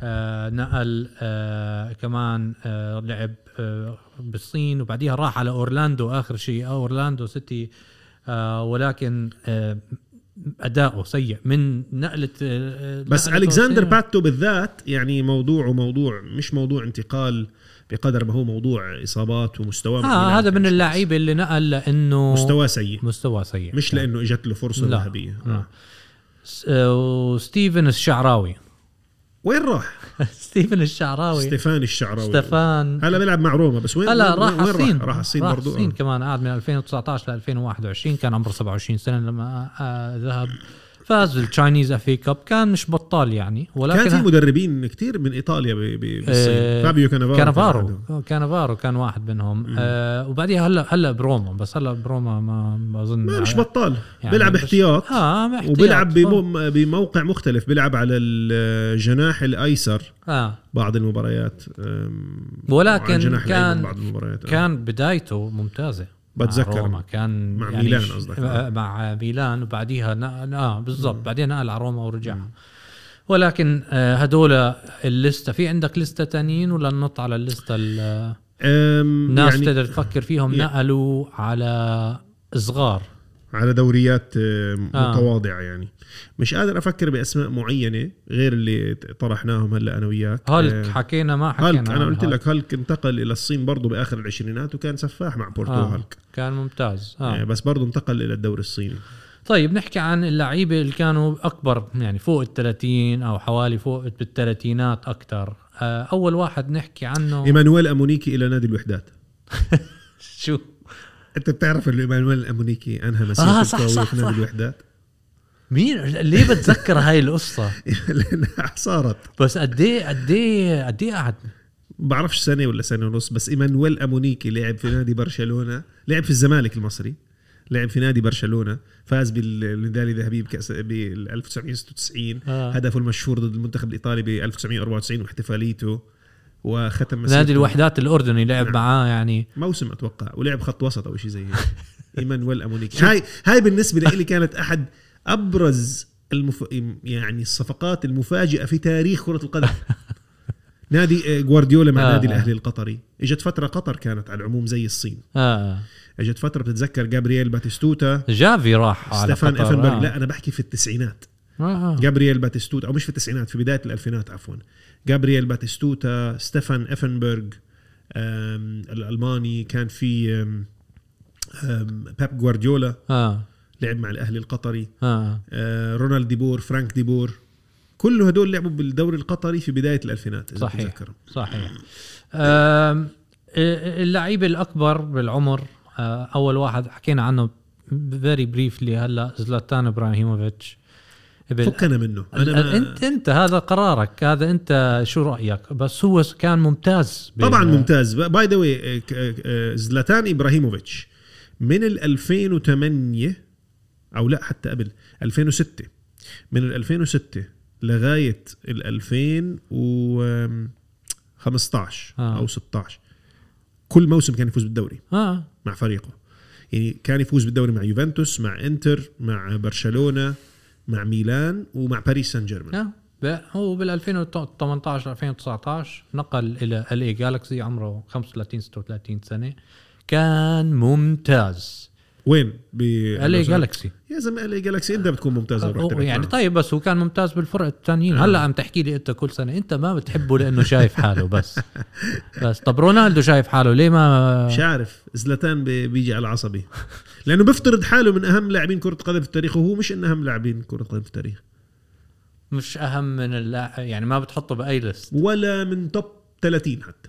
[SPEAKER 2] آه نقل آه كمان آه لعب آه بالصين وبعديها راح على اورلاندو اخر شيء آه اورلاندو سيتي آه ولكن آه اداؤه سيء من نقله آه
[SPEAKER 1] بس
[SPEAKER 2] نقلته
[SPEAKER 1] الكساندر
[SPEAKER 2] الصين.
[SPEAKER 1] باتو بالذات يعني موضوعه موضوع مش موضوع انتقال بقدر ما هو موضوع اصابات ومستواه مع
[SPEAKER 2] اه
[SPEAKER 1] ميلان
[SPEAKER 2] هذا
[SPEAKER 1] كان
[SPEAKER 2] من
[SPEAKER 1] مش
[SPEAKER 2] اللعيبه اللي نقل لانه
[SPEAKER 1] كويس. مستواه سيء
[SPEAKER 2] مستوى سيء
[SPEAKER 1] مش لانه اجت له فرصه
[SPEAKER 2] لا.
[SPEAKER 1] ذهبيه
[SPEAKER 2] آه.
[SPEAKER 1] آه.
[SPEAKER 2] س- آه، وستيفن الشعراوي <laughs>
[SPEAKER 1] وين راح؟
[SPEAKER 2] ستيفن الشعراوي
[SPEAKER 1] ستيفان الشعراوي
[SPEAKER 2] ستيفان
[SPEAKER 1] هلا بيلعب مع روما بس وين
[SPEAKER 2] هلا
[SPEAKER 1] وين-
[SPEAKER 2] راح
[SPEAKER 1] وين
[SPEAKER 2] على الصين
[SPEAKER 1] راح على الصين
[SPEAKER 2] راح
[SPEAKER 1] برضه
[SPEAKER 2] الصين كمان قعد من 2019 ل 2021 كان عمره 27 سنه لما آه، ذهب فاز بالتشاينيز افي كاب كان مش بطال يعني ولكن
[SPEAKER 1] كان في مدربين كتير من ايطاليا ب- ب- بالصين
[SPEAKER 2] آه،
[SPEAKER 1] فابيو كانافارو كان
[SPEAKER 2] كانافارو
[SPEAKER 1] واحدهم.
[SPEAKER 2] كانافارو كان واحد منهم آه وبعديها هلا هلا بروما بس هلا بروما ما ما اظن
[SPEAKER 1] ما مش بطال
[SPEAKER 2] يعني
[SPEAKER 1] بيلعب
[SPEAKER 2] بس-
[SPEAKER 1] احتياط
[SPEAKER 2] اه ما احتياط.
[SPEAKER 1] وبيلعب بمو- بموقع مختلف بيلعب على الجناح الايسر
[SPEAKER 2] اه
[SPEAKER 1] بعض المباريات أم،
[SPEAKER 2] ولكن
[SPEAKER 1] وعلى الجناح
[SPEAKER 2] كان-
[SPEAKER 1] الأيمن بعض المباريات آه.
[SPEAKER 2] كان بدايته ممتازه مع
[SPEAKER 1] بتذكر.
[SPEAKER 2] روما كان
[SPEAKER 1] مع ميلان
[SPEAKER 2] ش-
[SPEAKER 1] قصدك.
[SPEAKER 2] آه، مع ميلان وبعديها نقل اه بالضبط بعدين نقل على روما ورجع ولكن آه، هدول اللستة في عندك لستة تانيين ولا ننط على اللستة ال-
[SPEAKER 1] أم،
[SPEAKER 2] الناس يعني
[SPEAKER 1] يعني
[SPEAKER 2] تقدر تفكر فيهم
[SPEAKER 1] يعني-
[SPEAKER 2] نقلوا على صغار
[SPEAKER 1] على دوريات أم،
[SPEAKER 2] آه.
[SPEAKER 1] متواضعه يعني مش قادر افكر باسماء معينه غير اللي طرحناهم هلا انا وياك
[SPEAKER 2] هالك
[SPEAKER 1] أم،
[SPEAKER 2] حكينا ما حكينا
[SPEAKER 1] آه، هالك انا
[SPEAKER 2] عن
[SPEAKER 1] قلت
[SPEAKER 2] هالك.
[SPEAKER 1] لك هالك انتقل الى الصين برضه باخر العشرينات وكان سفاح مع بورتو
[SPEAKER 2] آه.
[SPEAKER 1] هالك
[SPEAKER 2] كان ممتاز
[SPEAKER 1] آه.
[SPEAKER 2] آه.
[SPEAKER 1] بس برضه انتقل الى الدوري الصيني
[SPEAKER 2] طيب نحكي عن اللعيبة اللي كانوا أكبر يعني فوق الثلاثين أو حوالي فوق بالثلاثينات أكثر آه، أول واحد نحكي عنه
[SPEAKER 1] ايمانويل امونيكي الى نادي الوحدات
[SPEAKER 2] شو
[SPEAKER 1] انت بتعرف انه ايمانويل الامونيكي انهى مسيرته
[SPEAKER 2] آه،
[SPEAKER 1] آه
[SPEAKER 2] صح،
[SPEAKER 1] الكرويه
[SPEAKER 2] صح،
[SPEAKER 1] في نادي
[SPEAKER 2] صح.
[SPEAKER 1] الوحدات <laughs>
[SPEAKER 2] مين ليه بتذكر هاي القصة
[SPEAKER 1] لانها صارت
[SPEAKER 2] بس قد ايه قد ايه قد ايه قعد
[SPEAKER 1] بعرفش سنه ولا سنه ونص بس ايمانويل امونيكي لعب في نادي برشلونه لعب في الزمالك المصري لعب في نادي برشلونه فاز بالميداليه الذهبيه بكاس ب 1996
[SPEAKER 2] آه.
[SPEAKER 1] هدفه المشهور ضد المنتخب الايطالي ب 1994 واحتفاليته وختم مسيرته
[SPEAKER 2] نادي الوحدات الاردني لعب معاه يعني
[SPEAKER 1] موسم اتوقع ولعب خط وسط او شيء زي
[SPEAKER 2] <laughs>
[SPEAKER 1] هيك ايمانويل امونيكي هاي هاي بالنسبه لي كانت احد ابرز المف... يعني الصفقات المفاجئه في تاريخ كره
[SPEAKER 2] <laughs>
[SPEAKER 1] القدم نادي آه، جوارديولا مع
[SPEAKER 2] آه.
[SPEAKER 1] نادي الاهلي القطري اجت فتره قطر كانت على العموم زي الصين
[SPEAKER 2] آه.
[SPEAKER 1] اجت فتره بتتذكر جابرييل باتيستوتا
[SPEAKER 2] جافي راح على
[SPEAKER 1] ستيفان
[SPEAKER 2] قطر.
[SPEAKER 1] افنبرغ
[SPEAKER 2] آه.
[SPEAKER 1] لا انا بحكي في التسعينات
[SPEAKER 2] آه.
[SPEAKER 1] جابرييل باتيستوتا او مش في التسعينات في بدايه الالفينات عفوا جابرييل باتيستوتا ستيفان افنبرغ آم، الالماني كان في آم، آم، بيب جوارديولا
[SPEAKER 2] آه.
[SPEAKER 1] لعب مع الاهلي القطري
[SPEAKER 2] آه.
[SPEAKER 1] آه، رونالد ديبور فرانك ديبور كل هدول لعبوا بالدوري القطري في بدايه الالفينات اذا
[SPEAKER 2] صحيح
[SPEAKER 1] بتتذكروا.
[SPEAKER 2] صحيح آم، آه، اللعيبه الاكبر بالعمر آه، اول واحد حكينا عنه فيري بريفلي هلا زلاتان ابراهيموفيتش بال-
[SPEAKER 1] فكنا منه انا
[SPEAKER 2] ال-
[SPEAKER 1] ما
[SPEAKER 2] انت انت هذا قرارك هذا انت شو رايك بس هو كان ممتاز بال-
[SPEAKER 1] طبعا ممتاز باي ذا واي آه، زلاتان ابراهيموفيتش من ال 2008 او لا حتى قبل 2006 من ال 2006 لغايه ال 2015
[SPEAKER 2] آه.
[SPEAKER 1] او 16 كل موسم كان يفوز بالدوري
[SPEAKER 2] اه
[SPEAKER 1] مع فريقه يعني كان يفوز بالدوري مع يوفنتوس مع انتر مع برشلونه مع ميلان ومع باريس سان جيرمان
[SPEAKER 2] آه. ب- هو بال 2018 2019 نقل الى ال اي جالكسي عمره 35 36 سنه كان ممتاز
[SPEAKER 1] وين ب
[SPEAKER 2] ال اي جالكسي
[SPEAKER 1] يا زلمه ال جالكسي انت بتكون ممتاز لو رحت لك
[SPEAKER 2] يعني
[SPEAKER 1] معه.
[SPEAKER 2] طيب بس هو كان ممتاز بالفرق الثانيين
[SPEAKER 1] آه.
[SPEAKER 2] هلا عم تحكي لي انت كل سنه انت ما بتحبه لانه شايف حاله
[SPEAKER 1] <laughs>
[SPEAKER 2] بس بس طب رونالدو شايف حاله ليه ما
[SPEAKER 1] مش عارف زلتان بي- بيجي على عصبي لانه بيفترض حاله من اهم لاعبين كره قدم في التاريخ وهو مش من اهم لاعبين كره قدم في التاريخ
[SPEAKER 2] مش اهم من اللاعب يعني ما بتحطه باي لست
[SPEAKER 1] ولا من توب 30 حتى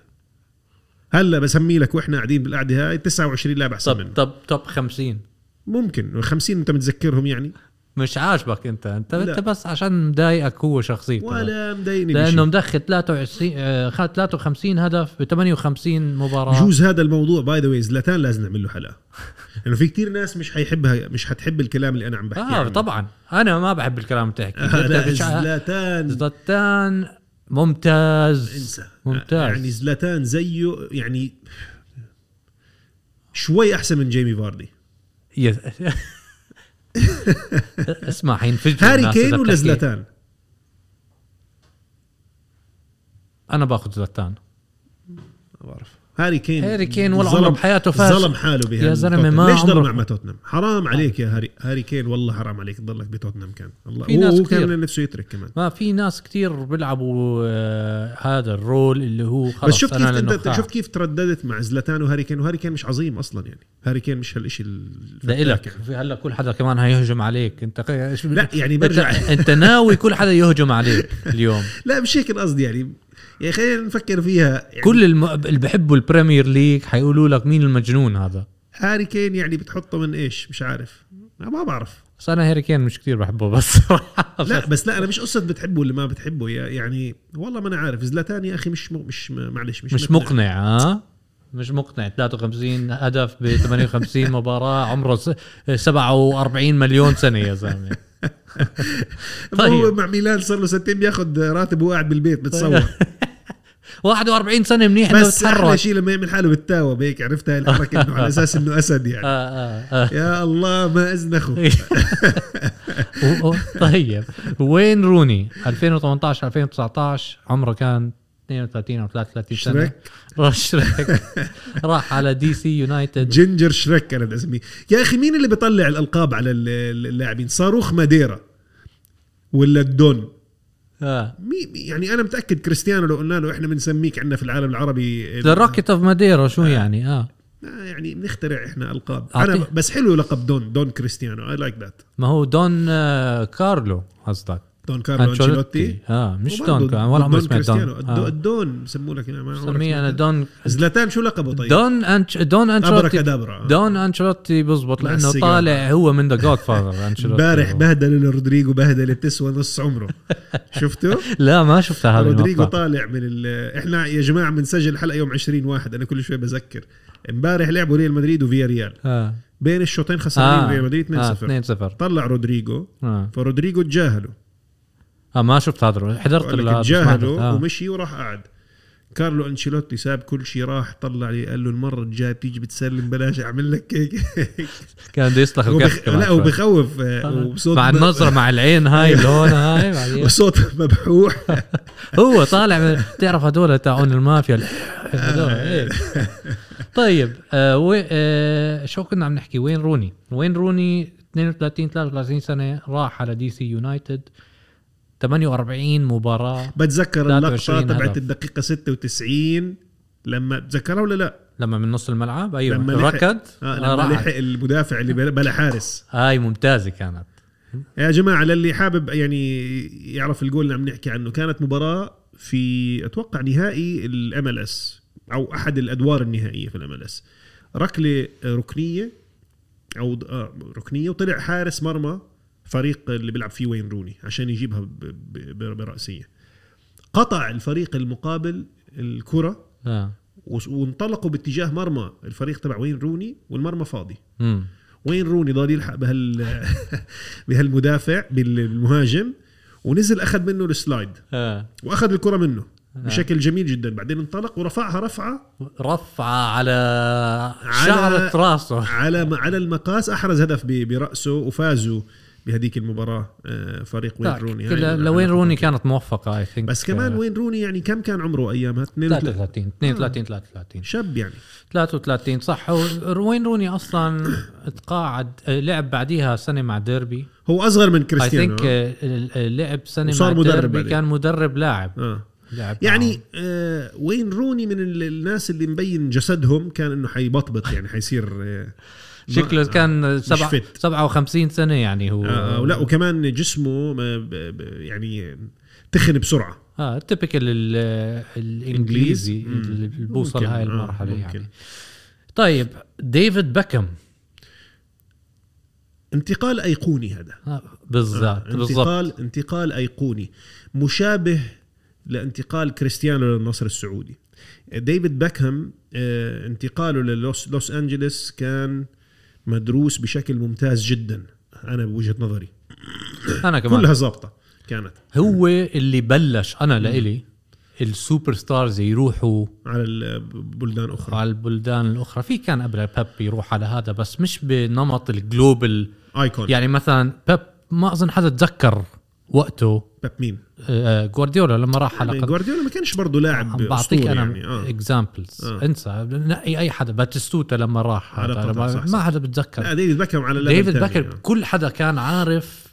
[SPEAKER 1] هلا بسمي لك واحنا قاعدين بالقعده هاي 29 لاعب احسن
[SPEAKER 2] طب
[SPEAKER 1] منه
[SPEAKER 2] طب طب 50
[SPEAKER 1] ممكن 50 انت متذكرهم يعني
[SPEAKER 2] مش عاجبك انت انت
[SPEAKER 1] لا.
[SPEAKER 2] انت بس عشان مضايقك هو شخصيته
[SPEAKER 1] ولا مضايقني بشي.
[SPEAKER 2] لانه مدخل 23 آه، خ- 53 هدف ب 58 مباراه
[SPEAKER 1] بجوز هذا الموضوع باي ذا زلاتان لازم نعمل له حلقه لانه في كتير ناس مش حيحبها مش حتحب الكلام اللي انا عم بحكي
[SPEAKER 2] اه
[SPEAKER 1] عنه
[SPEAKER 2] طبعا انا ما بحب الكلام تحكي
[SPEAKER 1] آه، <laughs> لا
[SPEAKER 2] آه
[SPEAKER 1] زلاتان
[SPEAKER 2] زلاتان ممتاز
[SPEAKER 1] انسى
[SPEAKER 2] ممتاز
[SPEAKER 1] يعني زلاتان زيه يعني شوي احسن من جيمي فاردي
[SPEAKER 2] يس... <laughs> اسمع حينفجر
[SPEAKER 1] هاري
[SPEAKER 2] الناس
[SPEAKER 1] كين
[SPEAKER 2] إذا
[SPEAKER 1] ولا
[SPEAKER 2] بتحكي.
[SPEAKER 1] زلاتان؟
[SPEAKER 2] انا باخذ زلاتان
[SPEAKER 1] ما بعرف هاري كين
[SPEAKER 2] هاري كين ولا عمره
[SPEAKER 1] ظلم-
[SPEAKER 2] بحياته فاز.
[SPEAKER 1] ظلم حاله بهذا
[SPEAKER 2] يا زلمة ما
[SPEAKER 1] ليش
[SPEAKER 2] عمره-
[SPEAKER 1] ضل مع توتنهام حرام عليك يا هاري هاري كين والله حرام عليك تضلك بتوتنهام كان الله
[SPEAKER 2] في
[SPEAKER 1] هو-
[SPEAKER 2] ناس
[SPEAKER 1] هو
[SPEAKER 2] كتير.
[SPEAKER 1] كان نفسه يترك كمان
[SPEAKER 2] ما في ناس كتير بيلعبوا آه، هذا الرول اللي هو خلص
[SPEAKER 1] بس شفت كيف
[SPEAKER 2] أنا
[SPEAKER 1] انت
[SPEAKER 2] للنخاع.
[SPEAKER 1] شفت كيف ترددت مع زلاتان وهاري كين وهاري كين مش عظيم اصلا يعني هاري كين مش هالشيء
[SPEAKER 2] ده إلك في هلا كل حدا كمان هيهجم عليك انت ق- إيش-
[SPEAKER 1] لا يعني
[SPEAKER 2] أنت-
[SPEAKER 1] برجع
[SPEAKER 2] <laughs> انت ناوي كل حدا يهجم عليك اليوم
[SPEAKER 1] <laughs> لا مش هيك القصد يعني يعني خلينا نفكر فيها يعني
[SPEAKER 2] كل الم... اللي بحبوا البريمير ليج حيقولوا لك مين المجنون هذا
[SPEAKER 1] هاري كين يعني بتحطه من ايش مش عارف أنا ما بعرف
[SPEAKER 2] بس انا هاري كين مش كتير بحبه بس <laughs>
[SPEAKER 1] لا بس لا انا مش قصه بتحبه ولا ما بتحبه يا- يعني والله ما انا عارف زلاتان يا اخي مش م- مش م- معلش مش
[SPEAKER 2] مش مقنع ها مش مقنع 53 هدف ب 58 مباراه عمره س- 47 مليون سنه يا زلمه
[SPEAKER 1] طيب. هو
[SPEAKER 2] طيب.
[SPEAKER 1] مع ميلان صار له سنتين بياخذ راتب وهو قاعد بالبيت بتصور <laughs>
[SPEAKER 2] 41 سنه منيح انه
[SPEAKER 1] بس احلى
[SPEAKER 2] بتحرك
[SPEAKER 1] شيء لما يعمل حاله بالتاوه هيك عرفت هاي الحركه انه على اساس انه اسد يعني <laughs>
[SPEAKER 2] آه آه <laughs> آه.
[SPEAKER 1] يا الله ما ازنخه
[SPEAKER 2] و- و- طيب وين روني 2018 2019 عمره كان 32 او 33 سنه
[SPEAKER 1] شريك.
[SPEAKER 2] <laughs> راح شريك راح على دي سي يونايتد
[SPEAKER 1] جينجر شريك انا بدي اسميه يا اخي مين اللي بيطلع الالقاب على ال- ال- اللاعبين صاروخ ماديرا ولا الدون
[SPEAKER 2] اه
[SPEAKER 1] مي يعني انا متاكد كريستيانو لو قلنا له احنا بنسميك عندنا في العالم العربي
[SPEAKER 2] ذا روكيت اوف ماديرا شو يعني اه
[SPEAKER 1] آه، يعني بنخترع احنا القاب
[SPEAKER 2] أعطيه.
[SPEAKER 1] انا بس حلو لقب دون دون كريستيانو اي لايك ذات
[SPEAKER 2] ما هو دون آه، كارلو قصدك
[SPEAKER 1] دون كارلو انشيلوتي
[SPEAKER 2] اه مش
[SPEAKER 1] وبرضه
[SPEAKER 2] دون كارلو ولا عمري
[SPEAKER 1] دون
[SPEAKER 2] سمعت دون
[SPEAKER 1] كريستيانو الدو-
[SPEAKER 2] آه.
[SPEAKER 1] الدون بسموه لك هنا، ما عمرك
[SPEAKER 2] سميه انا
[SPEAKER 1] سمعت.
[SPEAKER 2] دون
[SPEAKER 1] زلاتان شو لقبه طيب؟
[SPEAKER 2] دون أنش... دون انشلوتي
[SPEAKER 1] ابركادابرا
[SPEAKER 2] دون انشلوتي بزبط
[SPEAKER 1] مع
[SPEAKER 2] لانه
[SPEAKER 1] السيجارة.
[SPEAKER 2] طالع هو من ذا
[SPEAKER 1] <laughs>
[SPEAKER 2] جود فاذر انشلوتي
[SPEAKER 1] امبارح بهدل رودريجو بهدله بتسوى نص
[SPEAKER 2] <laughs>
[SPEAKER 1] عمره شفته؟
[SPEAKER 2] لا ما شفتها هذا
[SPEAKER 1] رودريجو
[SPEAKER 2] المقطع
[SPEAKER 1] طالع من ال... احنا يا جماعه بنسجل حلقه يوم 20 واحد انا كل شوي بذكر امبارح لعبوا ريال مدريد وفيا ريال
[SPEAKER 2] اه
[SPEAKER 1] بين الشوطين خسرانين
[SPEAKER 2] آه.
[SPEAKER 1] ريال مدريد 2-0
[SPEAKER 2] 2 2 0
[SPEAKER 1] طلع رودريجو
[SPEAKER 2] اه
[SPEAKER 1] فرودريجو تجاهله
[SPEAKER 2] آه، ما شفت هذا حضرت
[SPEAKER 1] بقول
[SPEAKER 2] ال-
[SPEAKER 1] لك تجاهله
[SPEAKER 2] آه.
[SPEAKER 1] ومشي وراح قعد كارلو انشيلوتي ساب كل شيء راح طلع لي قال له المره الجايه بتيجي بتسلم بلاش اعمل لك
[SPEAKER 2] <laughs>
[SPEAKER 1] هيك
[SPEAKER 2] كان بده يسلخ
[SPEAKER 1] هو
[SPEAKER 2] الكف
[SPEAKER 1] بخ...
[SPEAKER 2] كمان
[SPEAKER 1] لا
[SPEAKER 2] شوي.
[SPEAKER 1] وبخوف
[SPEAKER 2] آه.
[SPEAKER 1] وصوت
[SPEAKER 2] مع النظره مع
[SPEAKER 1] <laughs>
[SPEAKER 2] العين هاي لون هاي بعدين
[SPEAKER 1] وصوت <laughs> مبحوح
[SPEAKER 2] هو طالع من- بتعرف هدول تاعون المافيا هدول
[SPEAKER 1] آه.
[SPEAKER 2] إيه. طيب آه و... آه شو كنا عم نحكي وين روني وين روني 32 33 سنه راح على دي سي يونايتد 48 مباراه
[SPEAKER 1] بتذكر
[SPEAKER 2] 23
[SPEAKER 1] اللقطه تبعت
[SPEAKER 2] هدف.
[SPEAKER 1] الدقيقه 96 لما بتذكرها ولا لا؟
[SPEAKER 2] لما من نص الملعب ايوه
[SPEAKER 1] لما لحق-
[SPEAKER 2] ركض
[SPEAKER 1] آه
[SPEAKER 2] آه،
[SPEAKER 1] لما
[SPEAKER 2] راح.
[SPEAKER 1] لحق المدافع اللي بلا- بلا حارس
[SPEAKER 2] هاي ممتازه كانت
[SPEAKER 1] يا جماعه للي حابب يعني يعرف الجول اللي عم نحكي عنه كانت مباراه في اتوقع نهائي الام ال اس او احد الادوار النهائيه في الام ال اس ركله ركنيه او آه، ركنيه وطلع حارس مرمى فريق اللي بيلعب فيه وين روني عشان يجيبها ب- ب- ب- براسيه قطع الفريق المقابل الكره
[SPEAKER 2] اه
[SPEAKER 1] وس- وانطلقوا باتجاه مرمى الفريق تبع وين روني والمرمى فاضي
[SPEAKER 2] امم
[SPEAKER 1] <laughs> وين روني ضل يلحق بهال بهالمدافع بالمهاجم ونزل اخذ منه السلايد
[SPEAKER 2] آه.
[SPEAKER 1] واخذ الكره منه بشكل جميل جدا بعدين انطلق ورفعها رفعه
[SPEAKER 2] رفعة على شعرة راسه
[SPEAKER 1] على على المقاس احرز هدف ب- براسه وفازوا بهذيك المباراه آه، فريق وين روني هاي
[SPEAKER 2] كلها-
[SPEAKER 1] من-
[SPEAKER 2] لوين
[SPEAKER 1] على-
[SPEAKER 2] روني كانت موفقة آه. اي ثينك
[SPEAKER 1] بس كمان وين روني يعني كم كان عمره ايامها 32
[SPEAKER 2] 33 32 33
[SPEAKER 1] شاب يعني
[SPEAKER 2] 33 صح هو وين روني اصلا تقاعد آه، لعب بعديها سنة مع ديربي
[SPEAKER 1] هو اصغر من
[SPEAKER 2] اي
[SPEAKER 1] كريستيانو آه.
[SPEAKER 2] ثينك لعب سنة
[SPEAKER 1] وصار
[SPEAKER 2] مع
[SPEAKER 1] مدرب
[SPEAKER 2] ديربي
[SPEAKER 1] بعدين.
[SPEAKER 2] كان مدرب لاعب
[SPEAKER 1] اه
[SPEAKER 2] لعب معهم.
[SPEAKER 1] يعني آه وين روني من ال- الناس اللي مبين جسدهم كان انه حيبطبط يعني حيصير آه
[SPEAKER 2] شكله
[SPEAKER 1] ما- آه،
[SPEAKER 2] كان سبع
[SPEAKER 1] fit.
[SPEAKER 2] 57 سنة يعني هو
[SPEAKER 1] آه آه ولا وكمان جسمه ما ب- ب- يعني تخن بسرعه
[SPEAKER 2] اه التبكل الانجليزي
[SPEAKER 1] مم.
[SPEAKER 2] اللي بوصل
[SPEAKER 1] ممكن،
[SPEAKER 2] هاي
[SPEAKER 1] آه،
[SPEAKER 2] المرحله آه
[SPEAKER 1] ممكن.
[SPEAKER 2] يعني طيب ديفيد بكم
[SPEAKER 1] انتقال ايقوني هذا
[SPEAKER 2] آه بالذات آه بالضبط
[SPEAKER 1] انتقال انتقال ايقوني مشابه لانتقال كريستيانو للنصر السعودي ديفيد باكهام آه، انتقاله للوس لوس انجلس كان مدروس بشكل ممتاز جدا انا بوجهه نظري
[SPEAKER 2] انا كمان
[SPEAKER 1] كلها ظابطه كانت
[SPEAKER 2] هو اللي بلش انا لإلي السوبر ستارز يروحوا
[SPEAKER 1] على البلدان اخرى
[SPEAKER 2] على البلدان الاخرى في كان قبل بيب يروح على هذا بس مش بنمط الجلوبال
[SPEAKER 1] ايكون
[SPEAKER 2] يعني مثلا بيب ما اظن حدا تذكر وقته
[SPEAKER 1] بيب مين
[SPEAKER 2] آه، جوارديولا لما راح على
[SPEAKER 1] يعني
[SPEAKER 2] قطر
[SPEAKER 1] جوارديولا ما كانش برضه لاعب
[SPEAKER 2] عم بعطيك
[SPEAKER 1] اسطوري
[SPEAKER 2] انا
[SPEAKER 1] يعني اه
[SPEAKER 2] اكزامبلز
[SPEAKER 1] آه.
[SPEAKER 2] انسى نقي اي حدا باتستوتا لما راح
[SPEAKER 1] على
[SPEAKER 2] هذا
[SPEAKER 1] قطر،
[SPEAKER 2] لما-
[SPEAKER 1] صح،
[SPEAKER 2] ما
[SPEAKER 1] صح.
[SPEAKER 2] حدا
[SPEAKER 1] لا،
[SPEAKER 2] بتذكر
[SPEAKER 1] ديفيد باكهام على level
[SPEAKER 2] ديفيد
[SPEAKER 1] تاني،
[SPEAKER 2] بكر
[SPEAKER 1] آه.
[SPEAKER 2] كل حدا كان عارف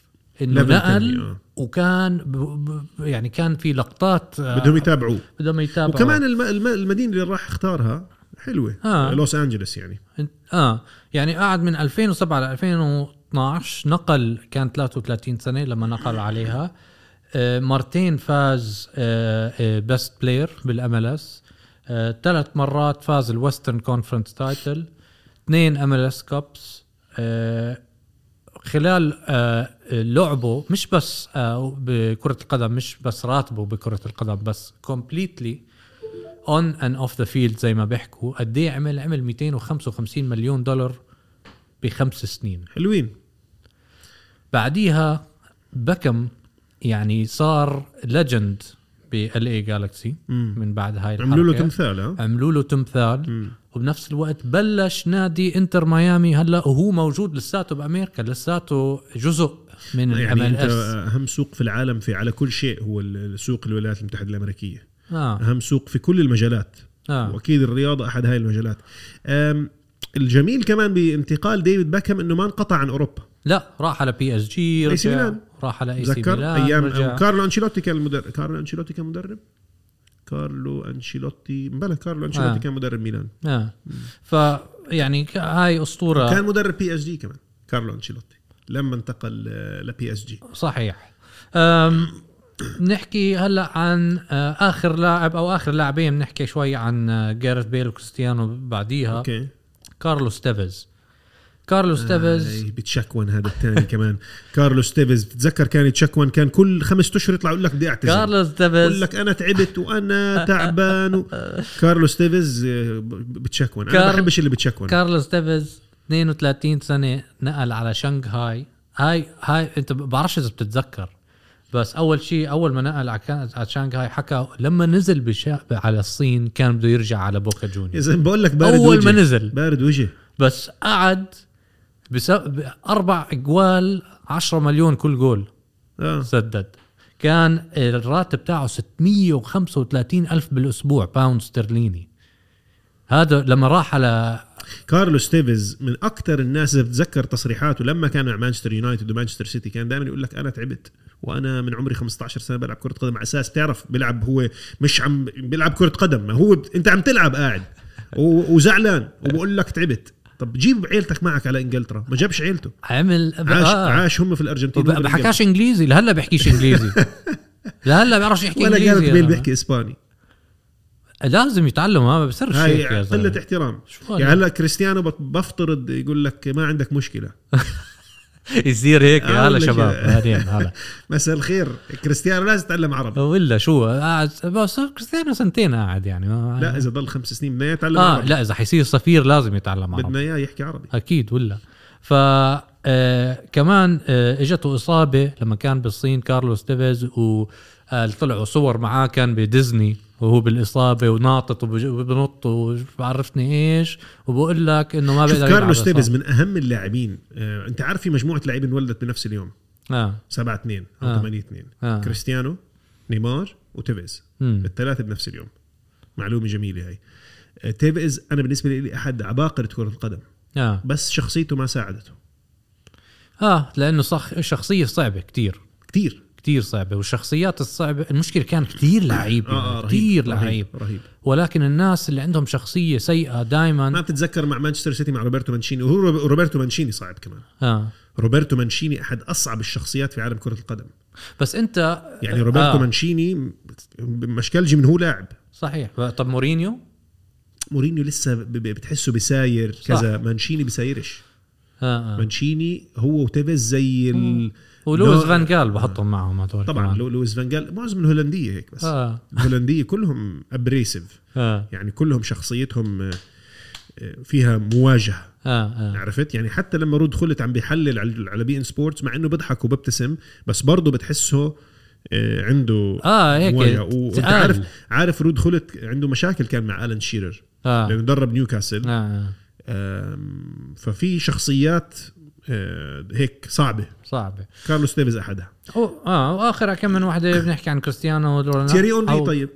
[SPEAKER 2] انه
[SPEAKER 1] Level تاني،
[SPEAKER 2] نقل
[SPEAKER 1] آه.
[SPEAKER 2] وكان ب- ب- يعني كان في لقطات آه،
[SPEAKER 1] بدهم يتابعوه
[SPEAKER 2] بدهم يتابعوا
[SPEAKER 1] وكمان الم... الم... المدينه اللي راح اختارها حلوه
[SPEAKER 2] آه.
[SPEAKER 1] لوس انجلس يعني
[SPEAKER 2] اه يعني قعد من 2007 ل 2012 نقل كان 33 سنه لما نقل عليها آه، مرتين فاز آه، بيست بلاير بالام ال اس ثلاث آه، مرات فاز الويسترن كونفرنس تايتل اثنين ام ال اس كابس آه، خلال آه، لعبه مش بس آه، بكره القدم مش بس راتبه بكره القدم بس كومبليتلي اون اند اوف ذا فيلد زي ما بيحكوا قد ايه عمل عمل 255 مليون دولار بخمس سنين
[SPEAKER 1] حلوين
[SPEAKER 2] بعديها بكم يعني صار ليجند بال اي جالكسي
[SPEAKER 1] مم.
[SPEAKER 2] من بعد هاي الحركه
[SPEAKER 1] عملوا له تمثال ها
[SPEAKER 2] عملوا له تمثال
[SPEAKER 1] مم.
[SPEAKER 2] وبنفس الوقت بلش نادي انتر ميامي هلا وهو موجود لساته بامريكا لساته جزء من
[SPEAKER 1] يعني
[SPEAKER 2] الام
[SPEAKER 1] انت
[SPEAKER 2] اس
[SPEAKER 1] اهم سوق في العالم في على كل شيء هو ال- سوق الولايات المتحده الامريكيه
[SPEAKER 2] اه
[SPEAKER 1] اهم سوق في كل المجالات
[SPEAKER 2] اه
[SPEAKER 1] واكيد الرياضه احد هاي المجالات أم، الجميل كمان بانتقال ديفيد باكهام انه ما انقطع عن اوروبا
[SPEAKER 2] لا راح على بي اس جي
[SPEAKER 1] AC
[SPEAKER 2] رجع
[SPEAKER 1] ميلان.
[SPEAKER 2] راح على اي سي
[SPEAKER 1] تذكر
[SPEAKER 2] ميلان رجع.
[SPEAKER 1] ايام كارلو انشيلوتي كان المدرب كارلو انشيلوتي كان مدرب كارلو انشيلوتي بلا كارلو انشيلوتي
[SPEAKER 2] آه.
[SPEAKER 1] كان مدرب ميلان
[SPEAKER 2] اه ف يعني ك- هاي اسطوره
[SPEAKER 1] كان مدرب بي اس جي كمان كارلو انشيلوتي لما انتقل آه، لبي اس جي
[SPEAKER 2] صحيح أم نحكي هلا عن آه، اخر لاعب او اخر لاعبين بنحكي شوي عن آه، جارeth بيل وكريستيانو بعديها أوكي.
[SPEAKER 1] اوكي
[SPEAKER 2] كارلوس تيفيز كارلوس
[SPEAKER 1] آه،
[SPEAKER 2] تيفيز
[SPEAKER 1] آي، بتشكون إيه، هذا الثاني كمان <laughs> كارلوس تيفيز بتتذكر كان يتشكون كان كل خمس اشهر يطلع يقول لك بدي اعتزل
[SPEAKER 2] كارلوس
[SPEAKER 1] يقول
[SPEAKER 2] تيفيز
[SPEAKER 1] لك انا تعبت
[SPEAKER 2] <laughs>
[SPEAKER 1] وانا تعبان و... كارلوس تيفيز آه، ب- بتشكون انا
[SPEAKER 2] كار-
[SPEAKER 1] ما بحبش اللي بتشكون
[SPEAKER 2] كارلوس تيفيز 32 سنه نقل على شنغهاي هاي هاي انت ب- بعرفش اذا بتتذكر بس اول شيء اول ما نقل على كان- على شنغهاي حكى لما نزل بشا على الصين كان بده يرجع على بوكا جونيورز
[SPEAKER 1] يا زلمه بقول لك بارد
[SPEAKER 2] أول ما
[SPEAKER 1] وجه.
[SPEAKER 2] نزل.
[SPEAKER 1] بارد وجه
[SPEAKER 2] بس قعد بسبب اربع اجوال 10 مليون كل جول
[SPEAKER 1] اه
[SPEAKER 2] سدد كان الراتب تاعه 635 الف بالاسبوع باوند استرليني هذا لما راح على
[SPEAKER 1] كارلوس تيفيز من اكثر الناس اذا بتتذكر تصريحاته لما كان مع مانشستر يونايتد ومانشستر سيتي كان دائما يقول لك انا تعبت وانا من عمري 15 سنه بلعب كره قدم على اساس بتعرف بيلعب هو مش عم بيلعب كره قدم ما هو بت... انت عم تلعب قاعد و... وزعلان وبقول لك تعبت طب جيب عيلتك معك على انجلترا ما جابش عيلته
[SPEAKER 2] عمل
[SPEAKER 1] عاش
[SPEAKER 2] آه.
[SPEAKER 1] عاش هم في الارجنتين
[SPEAKER 2] وب- بحكاش انجليزي لهلا
[SPEAKER 1] <laughs>
[SPEAKER 2] بحكيش انجليزي لهلا بيعرفش يحكي
[SPEAKER 1] ولا
[SPEAKER 2] انجليزي
[SPEAKER 1] جارث
[SPEAKER 2] يا
[SPEAKER 1] بيل
[SPEAKER 2] زلمة.
[SPEAKER 1] بيحكي اسباني
[SPEAKER 2] لازم يتعلم ما بصيرش
[SPEAKER 1] هاي
[SPEAKER 2] هيك يا
[SPEAKER 1] قله
[SPEAKER 2] زلمه
[SPEAKER 1] احترام
[SPEAKER 2] شو
[SPEAKER 1] يعني
[SPEAKER 2] هلا؟
[SPEAKER 1] هلا كريستيانو بت- بفترض يقول لك ما عندك مشكله
[SPEAKER 2] يصير هيك
[SPEAKER 1] آه،
[SPEAKER 2] يا هلا
[SPEAKER 1] ولا
[SPEAKER 2] شباب
[SPEAKER 1] كده.
[SPEAKER 2] هادين هلا
[SPEAKER 1] مساء الخير كريستيانو لازم يتعلم عربي
[SPEAKER 2] ولا شو قاعد بس كريستيانو سنتين قاعد يعني ما-
[SPEAKER 1] لا اذا ضل خمس سنين بدنا اياه يتعلم
[SPEAKER 2] اه
[SPEAKER 1] عربي
[SPEAKER 2] لا اذا حيصير سفير لازم يتعلم عربي
[SPEAKER 1] بدنا اياه يحكي عربي
[SPEAKER 2] اكيد ولا ف آه كمان آه اجته اصابه لما كان بالصين كارلوس تيفيز و آه، طلعوا صور معاه كان بديزني وهو بالاصابه وناطط وبج- وبنط وعرفني ايش وبقول لك انه ما بقدر
[SPEAKER 1] شوف
[SPEAKER 2] يلعب
[SPEAKER 1] كارلوس
[SPEAKER 2] إصابة.
[SPEAKER 1] تيفيز من اهم اللاعبين آه، انت عارف في مجموعه لاعبين انولدت بنفس اليوم
[SPEAKER 2] اه
[SPEAKER 1] 7 2
[SPEAKER 2] آه.
[SPEAKER 1] او 8 2
[SPEAKER 2] آه.
[SPEAKER 1] كريستيانو نيمار وتيفيز
[SPEAKER 2] مم.
[SPEAKER 1] الثلاثه بنفس اليوم معلومه جميله هاي آه، تيفيز انا بالنسبه لي احد عباقره كره القدم
[SPEAKER 2] اه
[SPEAKER 1] بس شخصيته ما ساعدته
[SPEAKER 2] اه لانه صح شخصيه صعبه كتير
[SPEAKER 1] كثير
[SPEAKER 2] كتير صعبه والشخصيات الصعبه المشكله كان كتير لعيب
[SPEAKER 1] آه آه
[SPEAKER 2] كتير
[SPEAKER 1] رهيب
[SPEAKER 2] لعيب
[SPEAKER 1] رهيب
[SPEAKER 2] ولكن الناس اللي عندهم شخصيه سيئه
[SPEAKER 1] ما
[SPEAKER 2] دائما
[SPEAKER 1] بتتذكر مع مانشستر سيتي مع روبرتو مانشيني وهو رو- روبرتو مانشيني صعب كمان
[SPEAKER 2] اه
[SPEAKER 1] روبرتو مانشيني احد اصعب الشخصيات في عالم كره القدم
[SPEAKER 2] بس انت
[SPEAKER 1] يعني روبرتو
[SPEAKER 2] آه.
[SPEAKER 1] آه. مانشيني مشكلجي من هو لاعب
[SPEAKER 2] صحيح طب مورينيو
[SPEAKER 1] مورينيو لسه ب- ب- بتحسه بساير
[SPEAKER 2] صح.
[SPEAKER 1] كذا مانشيني بسايرش
[SPEAKER 2] اه, آه.
[SPEAKER 1] مانشيني هو وتيفيز زي ال...
[SPEAKER 2] ولويس
[SPEAKER 1] نوع-
[SPEAKER 2] فان جال بحطهم معهم هدول
[SPEAKER 1] طبعا
[SPEAKER 2] كمان.
[SPEAKER 1] لو- لويس فانجال معظم الهولنديه هيك بس
[SPEAKER 2] اه
[SPEAKER 1] الهولنديه كلهم ابريسيف
[SPEAKER 2] اه
[SPEAKER 1] يعني كلهم شخصيتهم آه، آه، فيها مواجهه
[SPEAKER 2] اه, آه.
[SPEAKER 1] عرفت يعني حتى لما رود خلت عم بيحلل على- على بي ان سبورتس مع انه بضحك وببتسم بس برضه بتحسه آه، عنده
[SPEAKER 2] آه، هيك
[SPEAKER 1] مواجهة. وانت
[SPEAKER 2] تقال.
[SPEAKER 1] عارف عارف رود خلت عنده مشاكل كان مع الان شيرر
[SPEAKER 2] آه.
[SPEAKER 1] لانه درب نيوكاسل
[SPEAKER 2] آه.
[SPEAKER 1] آم، ففي شخصيات آه، هيك صعبه
[SPEAKER 2] صعبه
[SPEAKER 1] كارلوس تيفيز احدها
[SPEAKER 2] أو اه واخر كم من وحده بنحكي عن كريستيانو رونالدو
[SPEAKER 1] تيري اونري
[SPEAKER 2] آه. أو-
[SPEAKER 1] طيب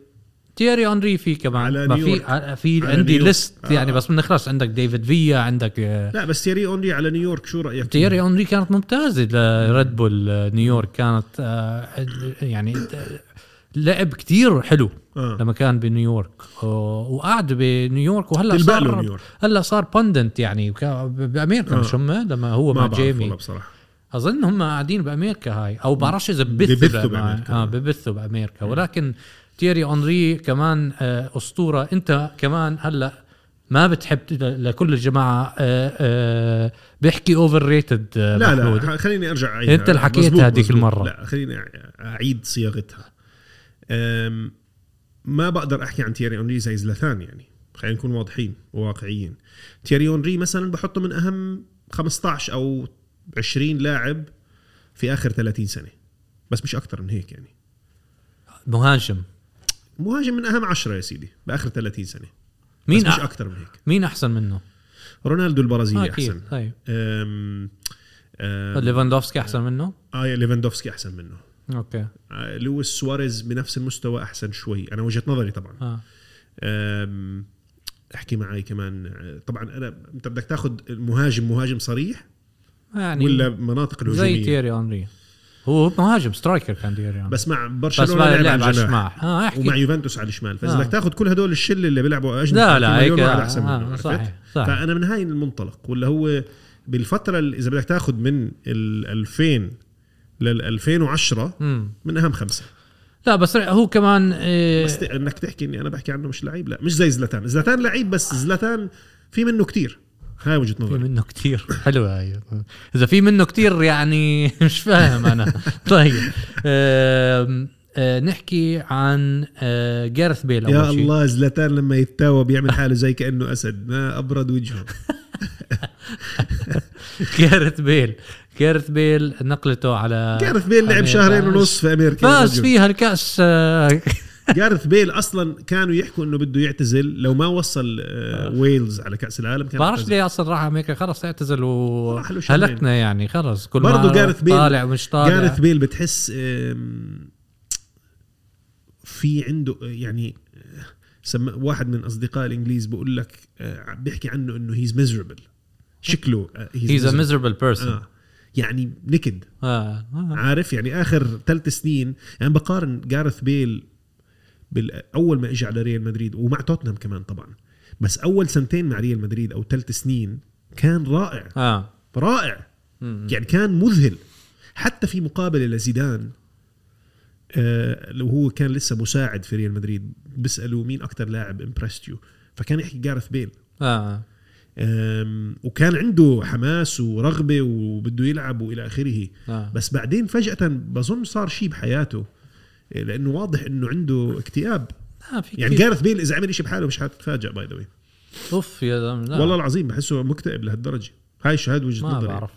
[SPEAKER 2] تيري اونري في كمان
[SPEAKER 1] على
[SPEAKER 2] ما
[SPEAKER 1] نيويورك.
[SPEAKER 2] في آه، في
[SPEAKER 1] على آه.
[SPEAKER 2] عندي
[SPEAKER 1] نيويورك.
[SPEAKER 2] ليست يعني بس بدنا خلاص عندك ديفيد فيا عندك آه،
[SPEAKER 1] لا بس تيري اونري على نيويورك شو رايك
[SPEAKER 2] تيري اونري كانت ممتازه لريد بول آه، نيويورك كانت آه، يعني آه، لعب كتير حلو
[SPEAKER 1] آه.
[SPEAKER 2] لما كان بنيويورك آه، وقعد بنيويورك وهلا
[SPEAKER 1] تلبق له
[SPEAKER 2] صار
[SPEAKER 1] نيويورك
[SPEAKER 2] هلا صار بندنت يعني وكا- بامريكا
[SPEAKER 1] آه.
[SPEAKER 2] مش هم لما هو
[SPEAKER 1] ما
[SPEAKER 2] مع
[SPEAKER 1] بعرف والله
[SPEAKER 2] جيمي
[SPEAKER 1] بصراحه
[SPEAKER 2] اظن هم قاعدين بامريكا هاي او بعرفش اذا ببثوا
[SPEAKER 1] ببثوا
[SPEAKER 2] بامريكا
[SPEAKER 1] بأمريكا. إيه.
[SPEAKER 2] اه ببثوا بامريكا ولكن تيري اونري كمان آه، اسطوره انت كمان هلا ما بتحب ت- ل- لكل الجماعه آه، آه، بيحكي آه، اوفر ريتد
[SPEAKER 1] لا لا خليني ارجع اعيدها
[SPEAKER 2] أنت اللي حكيتها
[SPEAKER 1] مزبوط،
[SPEAKER 2] هذيك
[SPEAKER 1] مزبوط.
[SPEAKER 2] المرة.
[SPEAKER 1] لا خليني أع- اعيد صياغتها أم، ما بقدر احكي عن تيري اونري زي زلاتان يعني خلينا نكون واضحين وواقعيين تيري اونري مثلا بحطه من اهم 15 او 20 لاعب في اخر 30 سنه بس مش اكثر من هيك يعني
[SPEAKER 2] مهاجم
[SPEAKER 1] مهاجم من اهم 10 يا سيدي باخر 30 سنه بس
[SPEAKER 2] مين
[SPEAKER 1] مش
[SPEAKER 2] أح-
[SPEAKER 1] اكثر من هيك
[SPEAKER 2] مين احسن منه؟
[SPEAKER 1] رونالدو
[SPEAKER 2] آه،
[SPEAKER 1] البرازيلي احسن
[SPEAKER 2] اكيد طيب
[SPEAKER 1] أم، أم،
[SPEAKER 2] ليفاندوفسكي احسن منه؟
[SPEAKER 1] اه ليفاندوفسكي احسن منه
[SPEAKER 2] اوكي
[SPEAKER 1] آه، لويس سواريز بنفس المستوى احسن شوي انا وجهه نظري طبعا
[SPEAKER 2] اه
[SPEAKER 1] أم، احكي معي كمان آه، طبعا انا انت بدك تاخذ المهاجم مهاجم صريح
[SPEAKER 2] يعني
[SPEAKER 1] ولا مناطق
[SPEAKER 2] زي
[SPEAKER 1] الهجوميه
[SPEAKER 2] تيري اونري هو مهاجم سترايكر كان تيري اونري
[SPEAKER 1] بس مع
[SPEAKER 2] بس
[SPEAKER 1] برشلونه
[SPEAKER 2] ما
[SPEAKER 1] لعب
[SPEAKER 2] لعب
[SPEAKER 1] على
[SPEAKER 2] على
[SPEAKER 1] الجناح
[SPEAKER 2] الشمال اه احكي
[SPEAKER 1] ومع يوفنتوس على الشمال فاذا
[SPEAKER 2] آه.
[SPEAKER 1] بدك تاخذ كل هدول الشل اللي بيلعبوا اجنبي
[SPEAKER 2] لا، لا، هيك،
[SPEAKER 1] هيك
[SPEAKER 2] آه،
[SPEAKER 1] احسن
[SPEAKER 2] آه،
[SPEAKER 1] منه
[SPEAKER 2] صحيح،
[SPEAKER 1] صحيح
[SPEAKER 2] صح.
[SPEAKER 1] فانا من هاي المنطلق ولا هو بالفتره اللي اذا بدك تاخذ من ال 2000 لل 2010
[SPEAKER 2] مم.
[SPEAKER 1] من اهم خمسه
[SPEAKER 2] لا بس هو كمان آه،
[SPEAKER 1] بس ت- انك تحكي اني انا بحكي عنه مش لعيب لا مش زي زلاتان زلاتان لعيب بس زلاتان في منه كتير هاي وجهه
[SPEAKER 2] آه. في
[SPEAKER 1] نظري
[SPEAKER 2] منه كتير حلوة هاي إذا في منه كتير يعني <laughs> مش فاهم أنا <laughs> طيب آم، آه، نحكي عن آه، جارث بيل
[SPEAKER 1] يا
[SPEAKER 2] أول شيء
[SPEAKER 1] الله زلاتان لما يتاوى بيعمل حاله زي كانه اسد ما ابرد وجهه
[SPEAKER 2] <laughs> جارث بيل جارث بيل نقلته على
[SPEAKER 1] جارث بيل لعب
[SPEAKER 2] يعني
[SPEAKER 1] شهرين
[SPEAKER 2] فاز-
[SPEAKER 1] ونص في امريكا يا
[SPEAKER 2] فاز
[SPEAKER 1] رجل.
[SPEAKER 2] فيها الكأس آه،
[SPEAKER 1] جارث بيل اصلا كانوا يحكوا انه بده يعتزل لو ما وصل آه، ويلز على كاس العالم كان
[SPEAKER 2] بعرفش
[SPEAKER 1] اعتزل.
[SPEAKER 2] ليه أصلا راح أمريكا خلص اعتزل
[SPEAKER 1] راح له شهرين.
[SPEAKER 2] وهلكنا يعني خلص كل
[SPEAKER 1] برضو
[SPEAKER 2] ما
[SPEAKER 1] جارث بيل-
[SPEAKER 2] طالع ومش طالع
[SPEAKER 1] جارث بيل بتحس آم، في عنده آه، يعني آه، سم واحد من اصدقاء الانجليز بقول لك آه، بيحكي عنه انه هيز ميزربل شكله
[SPEAKER 2] He's a miserable person
[SPEAKER 1] آه يعني نكد
[SPEAKER 2] آه. آه.
[SPEAKER 1] عارف يعني اخر ثلاث سنين يعني بقارن جارث بيل بال- اول ما اجى على ريال مدريد ومع توتنهام كمان طبعا بس اول سنتين مع ريال مدريد او ثلاث سنين كان رائع
[SPEAKER 2] آه.
[SPEAKER 1] رائع يعني كان مذهل حتى في مقابله لزيدان آه، لو هو كان لسه مساعد في ريال مدريد بيسالوا مين اكثر لاعب امبرستيو فكان يحكي جارث بيل
[SPEAKER 2] آه.
[SPEAKER 1] أم، وكان عنده حماس ورغبه وبده يلعب والى اخره
[SPEAKER 2] آه.
[SPEAKER 1] بس بعدين فجاه بظن صار شيء بحياته إيه، لانه واضح انه عنده اكتئاب
[SPEAKER 2] آه. في
[SPEAKER 1] يعني
[SPEAKER 2] كتير.
[SPEAKER 1] جارث بيل اذا عمل شيء بحاله مش حتتفاجئ باي ذا
[SPEAKER 2] اوف يا زلمه لا.
[SPEAKER 1] والله العظيم بحسه مكتئب لهالدرجه هاي شهاد وجهه
[SPEAKER 2] ما
[SPEAKER 1] نظري
[SPEAKER 2] بعرف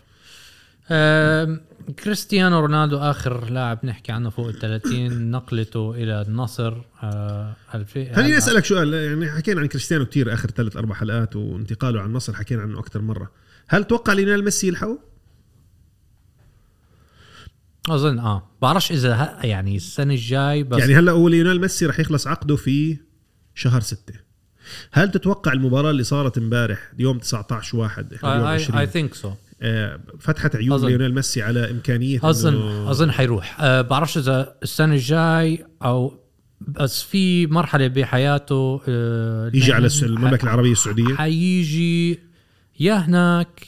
[SPEAKER 2] آم، كريستيانو رونالدو اخر لاعب نحكي عنه فوق ال
[SPEAKER 1] <coughs>
[SPEAKER 2] 30 نقلته الى النصر آه، الفي-
[SPEAKER 1] خليني اسالك سؤال يعني حكينا عن كريستيانو كتير اخر ثلاث اربع حلقات وانتقاله عن النصر حكينا عنه اكثر مره هل توقع ليونيل ميسي يلحقه؟
[SPEAKER 2] اظن اه بعرفش اذا ه- يعني السنه الجاي بس
[SPEAKER 1] يعني هلا هو ليونيل ميسي رح يخلص عقده في شهر ستة هل تتوقع المباراة اللي صارت امبارح يوم 19 واحد احنا اليوم
[SPEAKER 2] اي
[SPEAKER 1] 20
[SPEAKER 2] ثينك سو
[SPEAKER 1] آه، فتحت عيون
[SPEAKER 2] أظن.
[SPEAKER 1] ليونيل ميسي على امكانية
[SPEAKER 2] اظن
[SPEAKER 1] إنه-
[SPEAKER 2] اظن حيروح أه بعرفش اذا السنه الجاي او بس في مرحله بحياته أه
[SPEAKER 1] يجي على
[SPEAKER 2] لأنه
[SPEAKER 1] المملكة العربية السعودية
[SPEAKER 2] حيجي يا هناك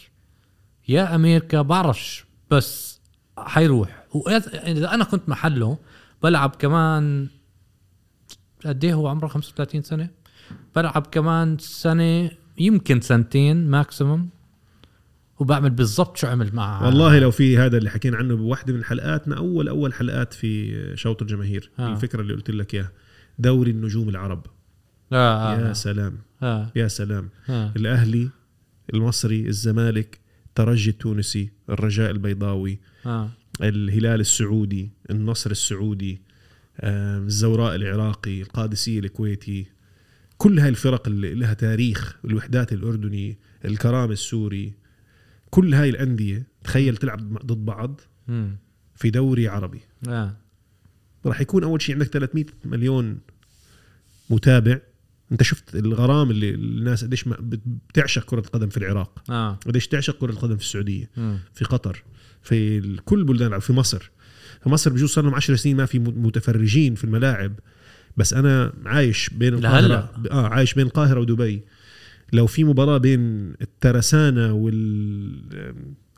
[SPEAKER 2] يا امريكا بعرفش بس حيروح وإذا- اذا انا كنت محله بلعب كمان قد ايه هو عمره 35 سنه بلعب كمان سنه يمكن سنتين ماكسيمم وبعمل بالضبط شو عمل مع
[SPEAKER 1] والله لو في هذا اللي حكينا عنه بوحده من حلقاتنا اول اول حلقات في شوط الجماهير
[SPEAKER 2] آه.
[SPEAKER 1] الفكره اللي قلت لك اياها دوري النجوم العرب
[SPEAKER 2] آه
[SPEAKER 1] يا
[SPEAKER 2] آه
[SPEAKER 1] سلام
[SPEAKER 2] آه
[SPEAKER 1] يا سلام
[SPEAKER 2] آه.
[SPEAKER 1] الاهلي المصري الزمالك الترجي التونسي الرجاء البيضاوي
[SPEAKER 2] آه.
[SPEAKER 1] الهلال السعودي النصر السعودي آه، الزوراء العراقي القادسية الكويتي كل هاي الفرق اللي لها تاريخ الوحدات الأردني الكرام السوري كل هاي الأندية تخيل تلعب ضد بعض
[SPEAKER 2] مم.
[SPEAKER 1] في دوري عربي
[SPEAKER 2] آه.
[SPEAKER 1] راح يكون أول شيء عندك 300 مليون متابع انت شفت الغرام اللي الناس قديش ما- بت- بتعشق كرة القدم في العراق
[SPEAKER 2] آه.
[SPEAKER 1] قديش تعشق كرة القدم في السعودية
[SPEAKER 2] مم.
[SPEAKER 1] في قطر في ال- كل بلدان العرب، في مصر في مصر بجوز صار لهم 10 سنين ما في م- متفرجين في الملاعب بس انا عايش بين القاهره
[SPEAKER 2] لهلا.
[SPEAKER 1] اه عايش بين القاهره ودبي لو في مباراه بين الترسانه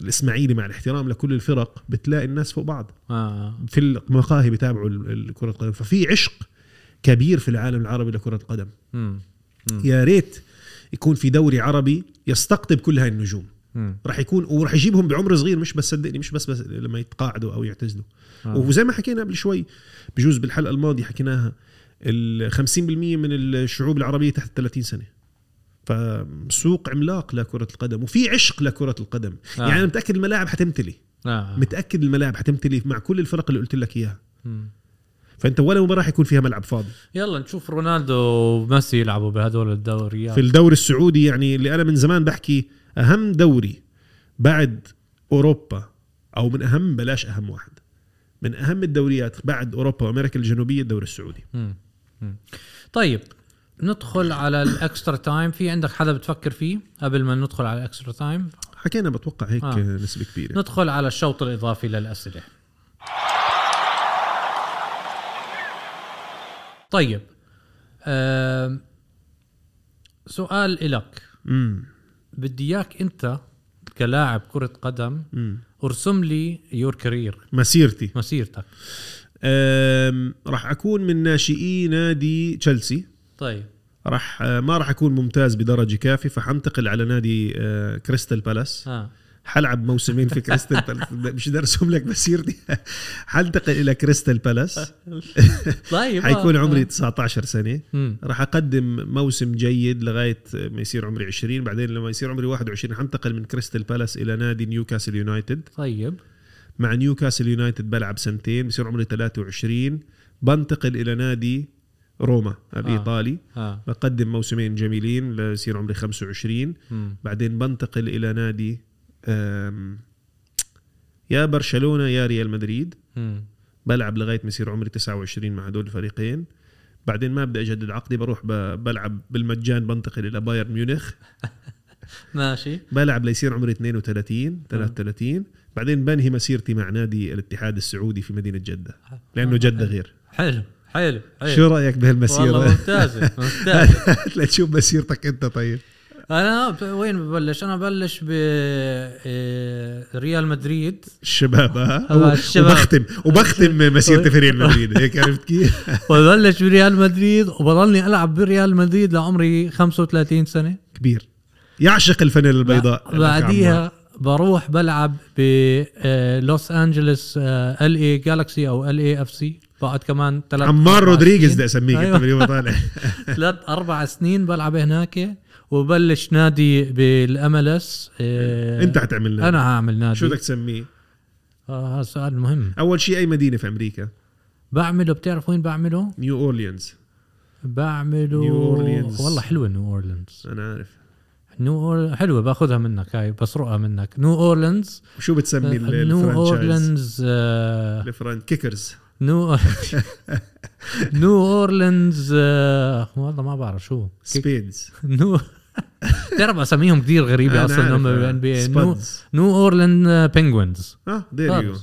[SPEAKER 1] والاسماعيلي مع الاحترام لكل الفرق بتلاقي الناس فوق بعض
[SPEAKER 2] آه.
[SPEAKER 1] في المقاهي بتابعوا ال- ال- كره القدم ففي عشق كبير في العالم العربي لكره القدم
[SPEAKER 2] مم.
[SPEAKER 1] يا ريت يكون في دوري عربي يستقطب كل هاي النجوم
[SPEAKER 2] مم.
[SPEAKER 1] راح يكون وراح يجيبهم بعمر صغير مش بس صدقني مش بس, بس لما يتقاعدوا او يعتزلوا آه.
[SPEAKER 2] آه.
[SPEAKER 1] وزي ما حكينا قبل شوي بجوز بالحلقه الماضيه حكيناها ال 50% من الشعوب العربيه تحت 30 سنه فسوق عملاق لكره القدم وفي عشق لكره القدم آه.
[SPEAKER 2] آه.
[SPEAKER 1] يعني انا متاكد الملاعب حتمتلي
[SPEAKER 2] آه.
[SPEAKER 1] متاكد الملاعب حتمتلي مع كل الفرق اللي قلت لك اياها
[SPEAKER 2] مم.
[SPEAKER 1] فانت ولا مباراه حيكون فيها ملعب فاضي
[SPEAKER 2] يلا نشوف رونالدو وميسي يلعبوا بهدول الدوريات
[SPEAKER 1] في الدوري السعودي يعني اللي انا من زمان بحكي اهم دوري بعد اوروبا او من اهم بلاش اهم واحد من اهم الدوريات بعد اوروبا وامريكا الجنوبيه الدوري السعودي
[SPEAKER 2] مم. مم. طيب ندخل على الاكسترا تايم في عندك حدا بتفكر فيه قبل ما ندخل على الاكسترا تايم
[SPEAKER 1] حكينا بتوقع هيك
[SPEAKER 2] آه.
[SPEAKER 1] آه. نسبه كبيره
[SPEAKER 2] ندخل على الشوط الاضافي للاسئله طيب آم، سؤال إلك
[SPEAKER 1] امم
[SPEAKER 2] بدي اياك انت كلاعب كرة قدم
[SPEAKER 1] امم
[SPEAKER 2] ارسم لي يور كارير
[SPEAKER 1] مسيرتي
[SPEAKER 2] مسيرتك
[SPEAKER 1] أم، راح اكون من ناشئي نادي تشيلسي
[SPEAKER 2] طيب
[SPEAKER 1] راح آه، ما راح اكون ممتاز بدرجه كافيه فحنتقل على نادي آه، كريستال بالاس
[SPEAKER 2] اه
[SPEAKER 1] حلعب موسمين في كريستال بالاس مش بدي ارسم لك مسيرتي حنتقل الى كريستال بالاس
[SPEAKER 2] طيب آه.
[SPEAKER 1] حيكون عمري 19 سنه
[SPEAKER 2] مم.
[SPEAKER 1] راح اقدم موسم جيد لغايه ما يصير عمري 20 بعدين لما يصير عمري 21 حنتقل من كريستال بالاس الى نادي نيوكاسل يونايتد
[SPEAKER 2] طيب
[SPEAKER 1] مع نيوكاسل يونايتد بلعب سنتين بصير عمري 23 بنتقل الى نادي روما الايطالي
[SPEAKER 2] اه
[SPEAKER 1] بقدم موسمين جميلين ليصير عمري 25
[SPEAKER 2] مم.
[SPEAKER 1] بعدين بنتقل الى نادي آم، يا برشلونه يا ريال مدريد
[SPEAKER 2] مم.
[SPEAKER 1] بلعب لغايه ما يصير عمري 29 مع هدول الفريقين بعدين ما بدي اجدد عقدي بروح ب- بلعب بالمجان بنتقل الى بايرن ميونخ
[SPEAKER 2] ماشي
[SPEAKER 1] بلعب ليصير عمري 32 33 بعدين بنهي مسيرتي مع نادي الاتحاد السعودي في مدينه جده لانه جده غير
[SPEAKER 2] حلو حلو حلو
[SPEAKER 1] شو رايك
[SPEAKER 2] والله
[SPEAKER 1] <laughs> بهالمسيره
[SPEAKER 2] ممتازه ممتازه
[SPEAKER 1] لتشوف مسيرتك انت طيب
[SPEAKER 2] انا ب- وين ببلش؟ انا ببلش ب إيه، ريال
[SPEAKER 1] <laughs>
[SPEAKER 2] مدريد
[SPEAKER 1] الشباب ها
[SPEAKER 2] هلا
[SPEAKER 1] و-
[SPEAKER 2] الشباب. طيب.
[SPEAKER 1] وبختم وبختم مسيرتي في ريال مدريد هيك عرفت كيف؟
[SPEAKER 2] وببلش بريال مدريد وبضلني العب بريال مدريد لعمري 35 سنه
[SPEAKER 1] كبير يعشق الفانيلا البيضاء
[SPEAKER 2] بعديها بروح بلعب آه، بلوس انجلوس ال اي جالكسي او ال اي اف سي بقعد كمان ثلاث
[SPEAKER 1] عمار
[SPEAKER 2] أربع
[SPEAKER 1] رودريغيز
[SPEAKER 2] سنين.
[SPEAKER 1] بدي اسميك انت <laughs>
[SPEAKER 2] أيوة.
[SPEAKER 1] باليوم طالع
[SPEAKER 2] <laughs> ثلاث اربع سنين بلعب هناك وبلش نادي بالام ال اس
[SPEAKER 1] انت حتعمل لنا.
[SPEAKER 2] انا هعمل نادي
[SPEAKER 1] شو بدك تسميه؟
[SPEAKER 2] آه، هذا سؤال مهم
[SPEAKER 1] اول شيء اي مدينه في امريكا
[SPEAKER 2] بعمله بتعرف وين بعمله؟
[SPEAKER 1] نيو اورليانز
[SPEAKER 2] بعمله
[SPEAKER 1] نيو أورليانز.
[SPEAKER 2] والله حلوه نيو اورلينز
[SPEAKER 1] انا عارف
[SPEAKER 2] نيو أور... حلوه باخذها منك هاي بسرقها منك نيو اورلينز
[SPEAKER 1] شو بتسمي ال-
[SPEAKER 2] نيو
[SPEAKER 1] الفرانشايز
[SPEAKER 2] اورلينز آه،
[SPEAKER 1] الفران كيكرز
[SPEAKER 2] نيو نيو اورلينز آه، والله ما بعرف شو
[SPEAKER 1] سبيدز
[SPEAKER 2] نو بتعرف اساميهم كثير غريبه اصلا هم
[SPEAKER 1] آه،
[SPEAKER 2] بالان بي نو آه،
[SPEAKER 1] سبادز
[SPEAKER 2] نيو اورلاند بينجوينز
[SPEAKER 1] اه
[SPEAKER 2] طيب،
[SPEAKER 1] ديريو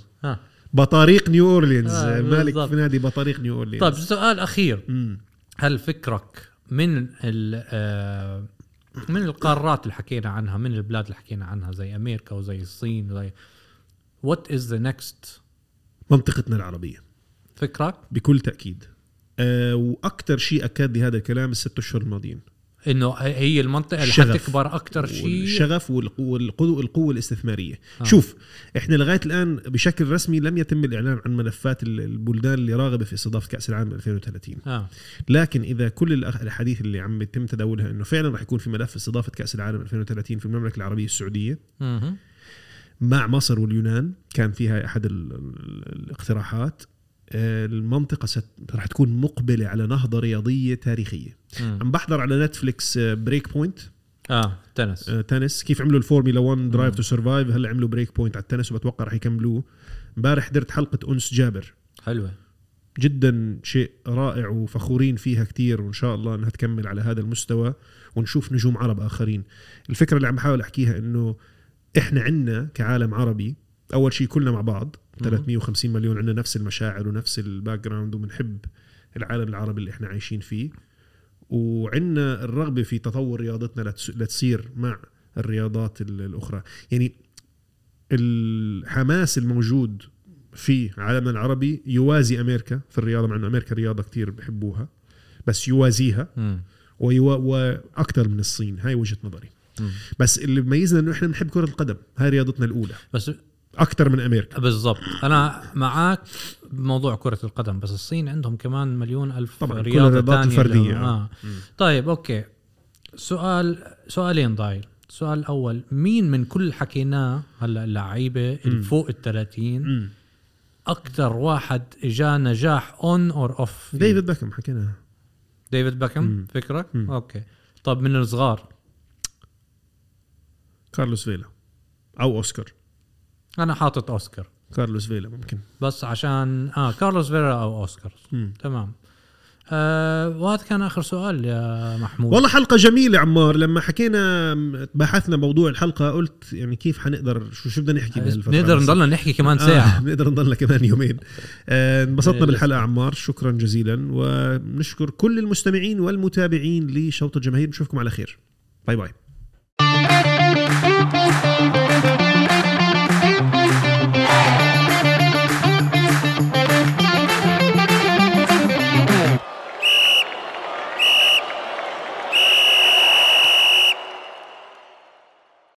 [SPEAKER 1] بطاريق نيو اورليانز
[SPEAKER 2] آه،
[SPEAKER 1] مالك
[SPEAKER 2] بالضبط.
[SPEAKER 1] في نادي بطاريق نيو اورليانز
[SPEAKER 2] طيب سؤال اخير
[SPEAKER 1] مم.
[SPEAKER 2] هل فكرك من ال آه، من القارات اللي حكينا عنها من البلاد اللي حكينا عنها زي امريكا وزي الصين وزي وات از ذا نكست
[SPEAKER 1] منطقتنا العربيه
[SPEAKER 2] فكرك
[SPEAKER 1] بكل تاكيد آه واكثر شيء اكد لهذا الكلام الست اشهر الماضيين
[SPEAKER 2] انه هي المنطقه اللي
[SPEAKER 1] الشغف.
[SPEAKER 2] حتكبر اكثر شيء
[SPEAKER 1] الشغف والقوه القوه الاستثماريه
[SPEAKER 2] آه.
[SPEAKER 1] آه. شوف احنا لغايه الان بشكل رسمي لم يتم الاعلان عن ملفات ال- البلدان اللي راغبه في استضافه كاس العالم 2030
[SPEAKER 2] اه
[SPEAKER 1] لكن اذا كل الأخ- الاحاديث اللي عم يتم تداولها انه فعلا رح يكون في ملف استضافه كاس العالم 2030 في المملكه العربيه السعوديه
[SPEAKER 2] مهم.
[SPEAKER 1] مع مصر واليونان كان فيها احد ال- ال- الاقتراحات آه، المنطقه ست... رح تكون مقبله على نهضه رياضيه تاريخيه
[SPEAKER 2] مم.
[SPEAKER 1] عم بحضر على نتفليكس آه، بريك بوينت
[SPEAKER 2] اه تنس
[SPEAKER 1] آه، تنس كيف عملوا الفورمولا 1
[SPEAKER 2] مم.
[SPEAKER 1] درايف تو سرفايف هلا عملوا بريك بوينت على التنس وبتوقع رح يكملوه امبارح حضرت حلقه انس جابر
[SPEAKER 2] حلوه
[SPEAKER 1] جدا شيء رائع وفخورين فيها كتير وان شاء الله انها تكمل على هذا المستوى ونشوف نجوم عرب اخرين الفكره اللي عم بحاول احكيها انه احنا عنا كعالم عربي اول شيء كلنا مع بعض
[SPEAKER 2] مم.
[SPEAKER 1] 350 مليون عندنا نفس المشاعر ونفس الباك جراوند وبنحب العالم العربي اللي احنا عايشين فيه وعندنا الرغبه في تطور رياضتنا لتس- لتصير مع الرياضات ال- الاخرى يعني الحماس الموجود في عالمنا العربي يوازي امريكا في الرياضه مع انه امريكا رياضه كتير بحبوها بس يوازيها
[SPEAKER 2] مم.
[SPEAKER 1] ويوا واكثر من الصين هاي وجهه نظري
[SPEAKER 2] مم.
[SPEAKER 1] بس اللي بيميزنا انه احنا بنحب كره القدم هاي رياضتنا الاولى
[SPEAKER 2] بس
[SPEAKER 1] اكثر من امريكا
[SPEAKER 2] بالضبط انا معك بموضوع كره القدم بس الصين عندهم كمان مليون الف
[SPEAKER 1] طبعاً، كل
[SPEAKER 2] رياضه
[SPEAKER 1] الرياضات
[SPEAKER 2] ثانيه
[SPEAKER 1] الفردية.
[SPEAKER 2] آه. طيب اوكي سؤال سؤالين ضايل السؤال الاول مين من كل اللي حكيناه هلا اللعيبه اللي
[SPEAKER 1] مم.
[SPEAKER 2] فوق ال 30
[SPEAKER 1] مم.
[SPEAKER 2] اكثر واحد اجاه نجاح اون اور اوف
[SPEAKER 1] ديفيد بيكهام حكيناها
[SPEAKER 2] ديفيد بيكم
[SPEAKER 1] مم.
[SPEAKER 2] فكرك
[SPEAKER 1] مم.
[SPEAKER 2] اوكي طب من الصغار
[SPEAKER 1] كارلوس فيلا او اوسكار
[SPEAKER 2] انا حاطط اوسكار
[SPEAKER 1] كارلوس فيلا ممكن
[SPEAKER 2] بس عشان اه كارلوس فيرا او اوسكار
[SPEAKER 1] مم.
[SPEAKER 2] تمام آه وهذا كان اخر سؤال يا محمود
[SPEAKER 1] والله حلقة جميلة عمار لما حكينا بحثنا موضوع الحلقة قلت يعني كيف حنقدر شو شو بدنا نحكي بهالفترة
[SPEAKER 2] آه، نقدر
[SPEAKER 1] بس.
[SPEAKER 2] نضلنا نحكي كمان
[SPEAKER 1] آه <laughs>
[SPEAKER 2] ساعه
[SPEAKER 1] نقدر نضلنا كمان يومين آه، انبسطنا
[SPEAKER 2] إيه،
[SPEAKER 1] بالحلقة عمار شكرا جزيلا ونشكر كل المستمعين والمتابعين لشوط الجماهير نشوفكم على خير باي باي